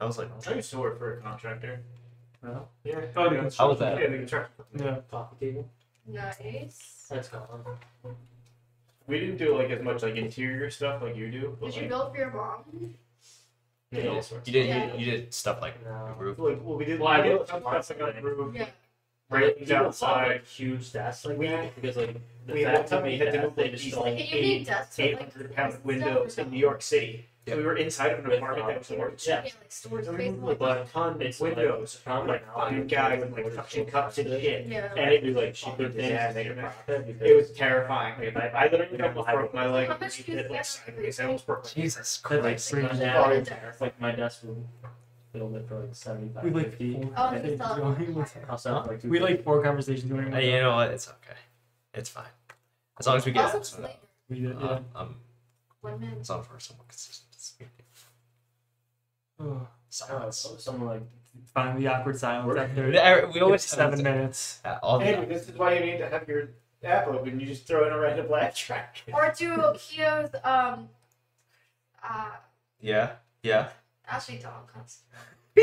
Speaker 2: I was like, oh.
Speaker 5: I used to work for a contractor.
Speaker 1: Well,
Speaker 5: Yeah.
Speaker 1: Oh, the
Speaker 2: how was that?
Speaker 5: Yeah, the construction.
Speaker 1: Yeah.
Speaker 7: Coffee table.
Speaker 3: Nice.
Speaker 5: That's gone. We didn't do like as much like interior stuff like you do. But,
Speaker 3: Did
Speaker 5: like,
Speaker 3: you build for your mom?
Speaker 5: we did all sorts.
Speaker 2: You did
Speaker 3: Yeah.
Speaker 2: you, you did stuff like
Speaker 7: No.
Speaker 2: roof.
Speaker 5: Like, well, we did.
Speaker 7: Well, I
Speaker 5: we
Speaker 7: did
Speaker 5: did
Speaker 7: some
Speaker 5: stuff like on the
Speaker 7: outside.
Speaker 5: roof,
Speaker 3: Yeah.
Speaker 5: right
Speaker 7: People love,
Speaker 5: outside.
Speaker 7: like, huge stats like
Speaker 5: We-
Speaker 7: that because like the
Speaker 5: we-
Speaker 7: fact
Speaker 5: one
Speaker 7: that
Speaker 5: time we
Speaker 7: we
Speaker 5: had
Speaker 7: had
Speaker 5: to
Speaker 7: that,
Speaker 5: move,
Speaker 7: they
Speaker 5: like,
Speaker 7: just
Speaker 5: these,
Speaker 7: like
Speaker 3: Like,
Speaker 5: like,
Speaker 3: can you make desks with
Speaker 5: Eight
Speaker 3: like
Speaker 5: hundred pound
Speaker 3: stuff
Speaker 5: windows
Speaker 3: or
Speaker 5: in New York City. So
Speaker 2: Yeah.
Speaker 5: we were inside of an
Speaker 7: With
Speaker 5: apartment that was large.
Speaker 7: outdoors, yeah.
Speaker 3: Yeah, like storage
Speaker 5: And
Speaker 3: space.
Speaker 5: we
Speaker 3: and
Speaker 5: moved,
Speaker 3: all
Speaker 5: like
Speaker 3: that.
Speaker 5: a ton
Speaker 7: It's
Speaker 5: of
Speaker 7: like-
Speaker 5: windows.
Speaker 7: I'm
Speaker 5: like
Speaker 7: like,
Speaker 5: five guys and like touching cups and shit.
Speaker 3: Yeah.
Speaker 5: And
Speaker 7: and
Speaker 5: it
Speaker 7: do
Speaker 5: was
Speaker 7: like
Speaker 5: like she
Speaker 7: cheaper
Speaker 5: did
Speaker 7: things to make a
Speaker 5: disaster.
Speaker 7: profit because
Speaker 5: It was terrifying. Like, I, I literally
Speaker 7: Yeah.
Speaker 5: almost broke my leg.
Speaker 3: How much
Speaker 5: It
Speaker 3: do you
Speaker 5: hit, like,
Speaker 3: have?
Speaker 5: sideways. I almost broke my
Speaker 2: Jesus
Speaker 7: But, like,
Speaker 2: Christ.
Speaker 7: my
Speaker 3: Like,
Speaker 7: dad-
Speaker 3: all the desks.
Speaker 7: like my desk would build it for like 75
Speaker 1: We like
Speaker 7: 50
Speaker 1: four
Speaker 3: Oh,
Speaker 7: I think
Speaker 3: you saw
Speaker 1: going with-
Speaker 3: it.
Speaker 7: I'll sell it for, like
Speaker 1: we like four conversations going.
Speaker 2: Uh,
Speaker 1: on.
Speaker 2: you know what? It's okay. It's fine. As long as we get
Speaker 3: Also,
Speaker 2: episode out.
Speaker 3: Slater,
Speaker 1: We did, yeah.
Speaker 2: Um, um,
Speaker 3: one man.
Speaker 2: it's on for someone consistent. It's- Oh,
Speaker 1: Ugh.
Speaker 7: $200.
Speaker 2: Silence.
Speaker 7: So- someone like
Speaker 1: Finally, awkward silence after
Speaker 2: Uh, We always have
Speaker 1: seven minutes.
Speaker 2: uh, all
Speaker 5: Anyway,
Speaker 2: the
Speaker 5: this is why you need to have your app open. You just throw in a random laugh track.
Speaker 3: Or do Keo's um uh
Speaker 2: yeah yeah.
Speaker 3: Ashley Dawn concert.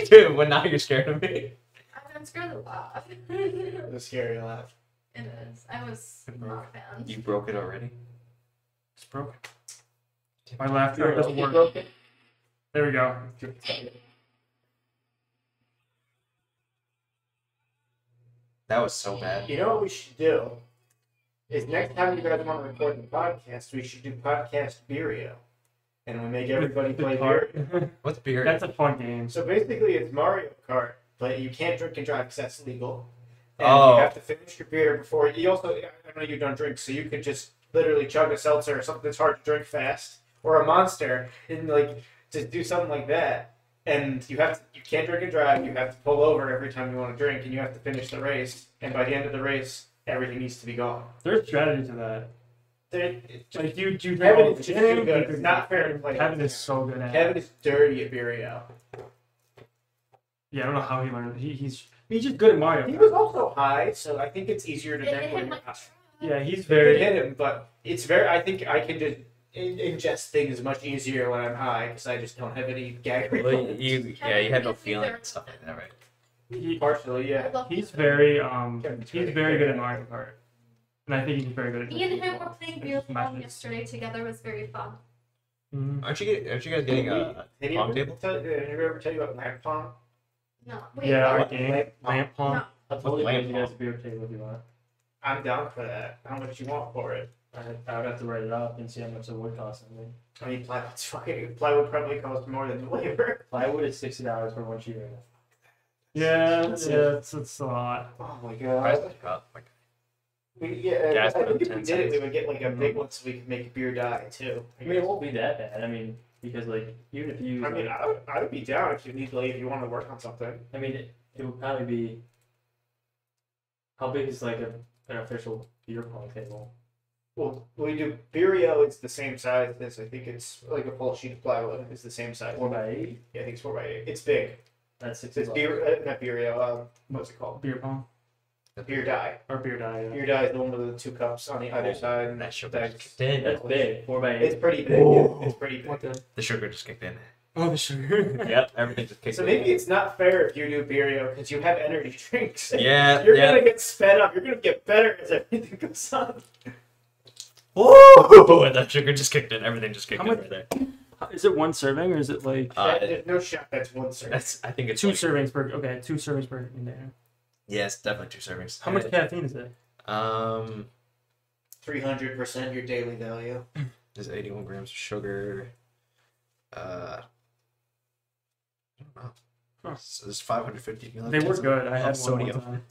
Speaker 2: Dude, well now you're scared of me.
Speaker 3: I mean, screw the laugh. it
Speaker 5: It was scary laugh.
Speaker 3: is. I was not a fan.
Speaker 2: You broke it already.
Speaker 1: It's broken. My laugh track doesn't work. There we go.
Speaker 2: That was so bad.
Speaker 5: You know what we should do? Is next time you guys want to record the podcast, we should do podcast Beerio. And we make everybody play Beerio.
Speaker 2: What's beer?
Speaker 1: That's a fun game.
Speaker 5: So basically, it's Mario Kart, but you can't drink and drive because that's legal. And
Speaker 2: Oh.
Speaker 5: you have to finish your beer before. You also, I know you don't drink, so you could just literally chug a seltzer or something that's hard to drink fast, or a monster, and like to do something like that. And you have to, you can't drink and drive. You have to pull over every time you want to drink, and you have to finish the race. And by the end of the race, everything needs to be gone.
Speaker 1: There's strategy to that.
Speaker 5: There- it's just-
Speaker 1: Like you, you drink
Speaker 5: Kevin
Speaker 1: all
Speaker 5: is
Speaker 1: the
Speaker 5: just
Speaker 1: gin,
Speaker 5: too good.
Speaker 1: you
Speaker 5: It's not fair to play.
Speaker 1: Kevin is so good at. it.
Speaker 5: Kevin is dirty at Birrio.
Speaker 1: Yeah, I don't know how he learned. He, he's he's just good at Mario.
Speaker 5: He
Speaker 1: Kart.
Speaker 5: was also high, so I think it's easier to
Speaker 3: They
Speaker 5: drink
Speaker 3: hit
Speaker 5: when
Speaker 3: my
Speaker 5: you're high.
Speaker 3: truck.
Speaker 1: Yeah, he's
Speaker 5: It
Speaker 1: very.
Speaker 5: hit him, but it's very. I think I can just in- ingest things much easier when I'm high because I just don't have any gag
Speaker 2: Well,
Speaker 5: reflex.
Speaker 2: you yeah you had no feeling and stuff like that, right?
Speaker 1: He,
Speaker 5: Partially, yeah.
Speaker 3: I love
Speaker 1: he's
Speaker 3: him.
Speaker 1: very um.
Speaker 5: Kevin's
Speaker 1: He's
Speaker 5: great.
Speaker 1: very good at Mario Kart, and I think he's very good at.
Speaker 3: Me and
Speaker 1: drinking
Speaker 3: him
Speaker 1: as
Speaker 3: were
Speaker 1: well.
Speaker 3: playing
Speaker 1: It's
Speaker 3: beer
Speaker 1: just
Speaker 3: pong
Speaker 1: matches.
Speaker 3: yesterday together. It was very fun.
Speaker 1: Mhm.
Speaker 2: Aren't you get, aren't you guys getting a
Speaker 5: Did
Speaker 2: pong
Speaker 5: anyone
Speaker 2: table?
Speaker 5: tell, did anyone ever tell you about lamp pong?
Speaker 3: No, wait.
Speaker 1: Yeah, our
Speaker 3: what?
Speaker 1: game lamp pong.
Speaker 3: No.
Speaker 7: I'll totally
Speaker 2: Lamp
Speaker 7: give you guys a beer table if you want.
Speaker 5: I'm down for that. How much you want for it?
Speaker 7: I, I would have to write it up and see how much it would cost. I mean,
Speaker 5: I mean, plywood's fucking plywood probably costs more than the labor.
Speaker 7: plywood is sixty dollars for one sheet right now.
Speaker 1: Yeah, yeah, it's, it's a lot.
Speaker 5: Oh my
Speaker 2: Price
Speaker 5: god.
Speaker 2: is up, like,
Speaker 5: We, yeah,
Speaker 2: Gas
Speaker 5: I think
Speaker 2: pump,
Speaker 5: if
Speaker 2: 10
Speaker 5: we did it, we
Speaker 2: cents.
Speaker 5: would get like a big one so we could make beer die too.
Speaker 7: I mean, it won't be that bad. I mean, because like even if you,
Speaker 5: I mean, I would, I would be down if you need, like, if you want to work on something.
Speaker 7: I mean, it, it would probably be. How big is like a, an official beer pong table?
Speaker 5: Well, we do Vireo. It's the same size as I think it's like a full sheet of plywood. It's the same size.
Speaker 7: Four by eight.
Speaker 5: Yeah, I think it's four by eight. It's big.
Speaker 7: That's sixty
Speaker 5: It's
Speaker 7: bucks.
Speaker 5: beer, uh, not Vireo. Um, what's it called?
Speaker 1: Beer pong
Speaker 5: Beer die.
Speaker 1: or beer diet.
Speaker 5: Beer die is the one with the two cups on the other
Speaker 2: Oh,
Speaker 5: side.
Speaker 2: that sugar
Speaker 5: That's-
Speaker 2: just kicked in.
Speaker 7: That's big. Four by
Speaker 5: It's
Speaker 7: eight.
Speaker 5: pretty big. Yeah, it's pretty big.
Speaker 1: What the?
Speaker 2: The sugar just kicked in.
Speaker 1: Oh, the sugar.
Speaker 2: Yep, everything just kicked
Speaker 5: So
Speaker 2: in.
Speaker 5: maybe it's not fair if you do Vireo because you have energy drinks.
Speaker 2: Yeah,
Speaker 5: You're
Speaker 2: yeah.
Speaker 5: gonna get sped up. You're gonna get better as everything goes on.
Speaker 2: Whoa! And that sugar just kicked in. Everything just kicked
Speaker 1: How
Speaker 2: in
Speaker 1: much-
Speaker 2: right there.
Speaker 1: Is it one serving or is it like
Speaker 2: Uh,
Speaker 5: That- there's no shot. That's one serve.
Speaker 2: that's I think it's
Speaker 1: two
Speaker 2: like-
Speaker 1: servings per? Okay, two servings per in there.
Speaker 2: Yeah, it's definitely two servings.
Speaker 1: How much caffeine is it?
Speaker 2: Um,
Speaker 5: Three hundred percent your daily value.
Speaker 2: there's 81 grams of sugar. Uh, I don't know.
Speaker 1: Huh.
Speaker 2: So there's 550 milligrams.
Speaker 1: They were
Speaker 2: of-
Speaker 1: good. I
Speaker 2: of
Speaker 1: had one, one
Speaker 2: sodium.
Speaker 1: time.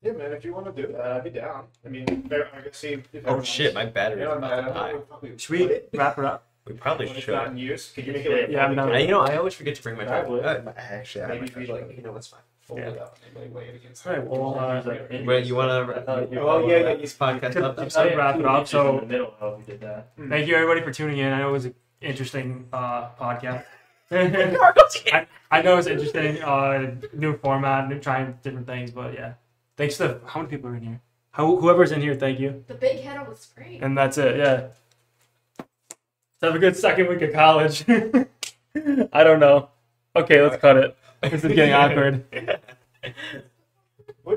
Speaker 5: Yeah, man. If you want to do that, I'd be down. I mean, I can see. If
Speaker 2: Oh shit, my battery's
Speaker 5: Yeah,
Speaker 2: about to die.
Speaker 1: Should we wrap it up?
Speaker 2: We probably
Speaker 5: When it's
Speaker 2: should.
Speaker 5: not in use, could you make it like
Speaker 1: Yeah, I'm not-
Speaker 2: I, you know, I always forget to bring my
Speaker 7: I
Speaker 2: phone.
Speaker 7: would.
Speaker 2: Uh, actually, I have
Speaker 5: Maybe
Speaker 2: my
Speaker 5: if we
Speaker 2: phone.
Speaker 5: like you know it's fine. Fold it up and like weigh it against.
Speaker 1: All right, well, uh,
Speaker 2: Wait, you
Speaker 7: I
Speaker 2: want
Speaker 7: thought
Speaker 2: to?
Speaker 7: you-
Speaker 5: Oh, yeah, yeah,
Speaker 2: This
Speaker 5: yeah.
Speaker 2: podcast up.
Speaker 1: Just to wrap it up.
Speaker 7: in the
Speaker 1: So
Speaker 7: middle of how we did that.
Speaker 5: Hmm.
Speaker 1: thank you everybody for tuning in. I know it was an interesting uh, podcast. I, I know it's interesting. Uh, new format, new trying different things, but yeah. Thanks to how many people are in here? How, whoever's in here, thank you.
Speaker 3: The big head on the screen.
Speaker 1: And that's it. Yeah. Have a good second week of college. I don't know. Okay, let's cut it. This is getting awkward.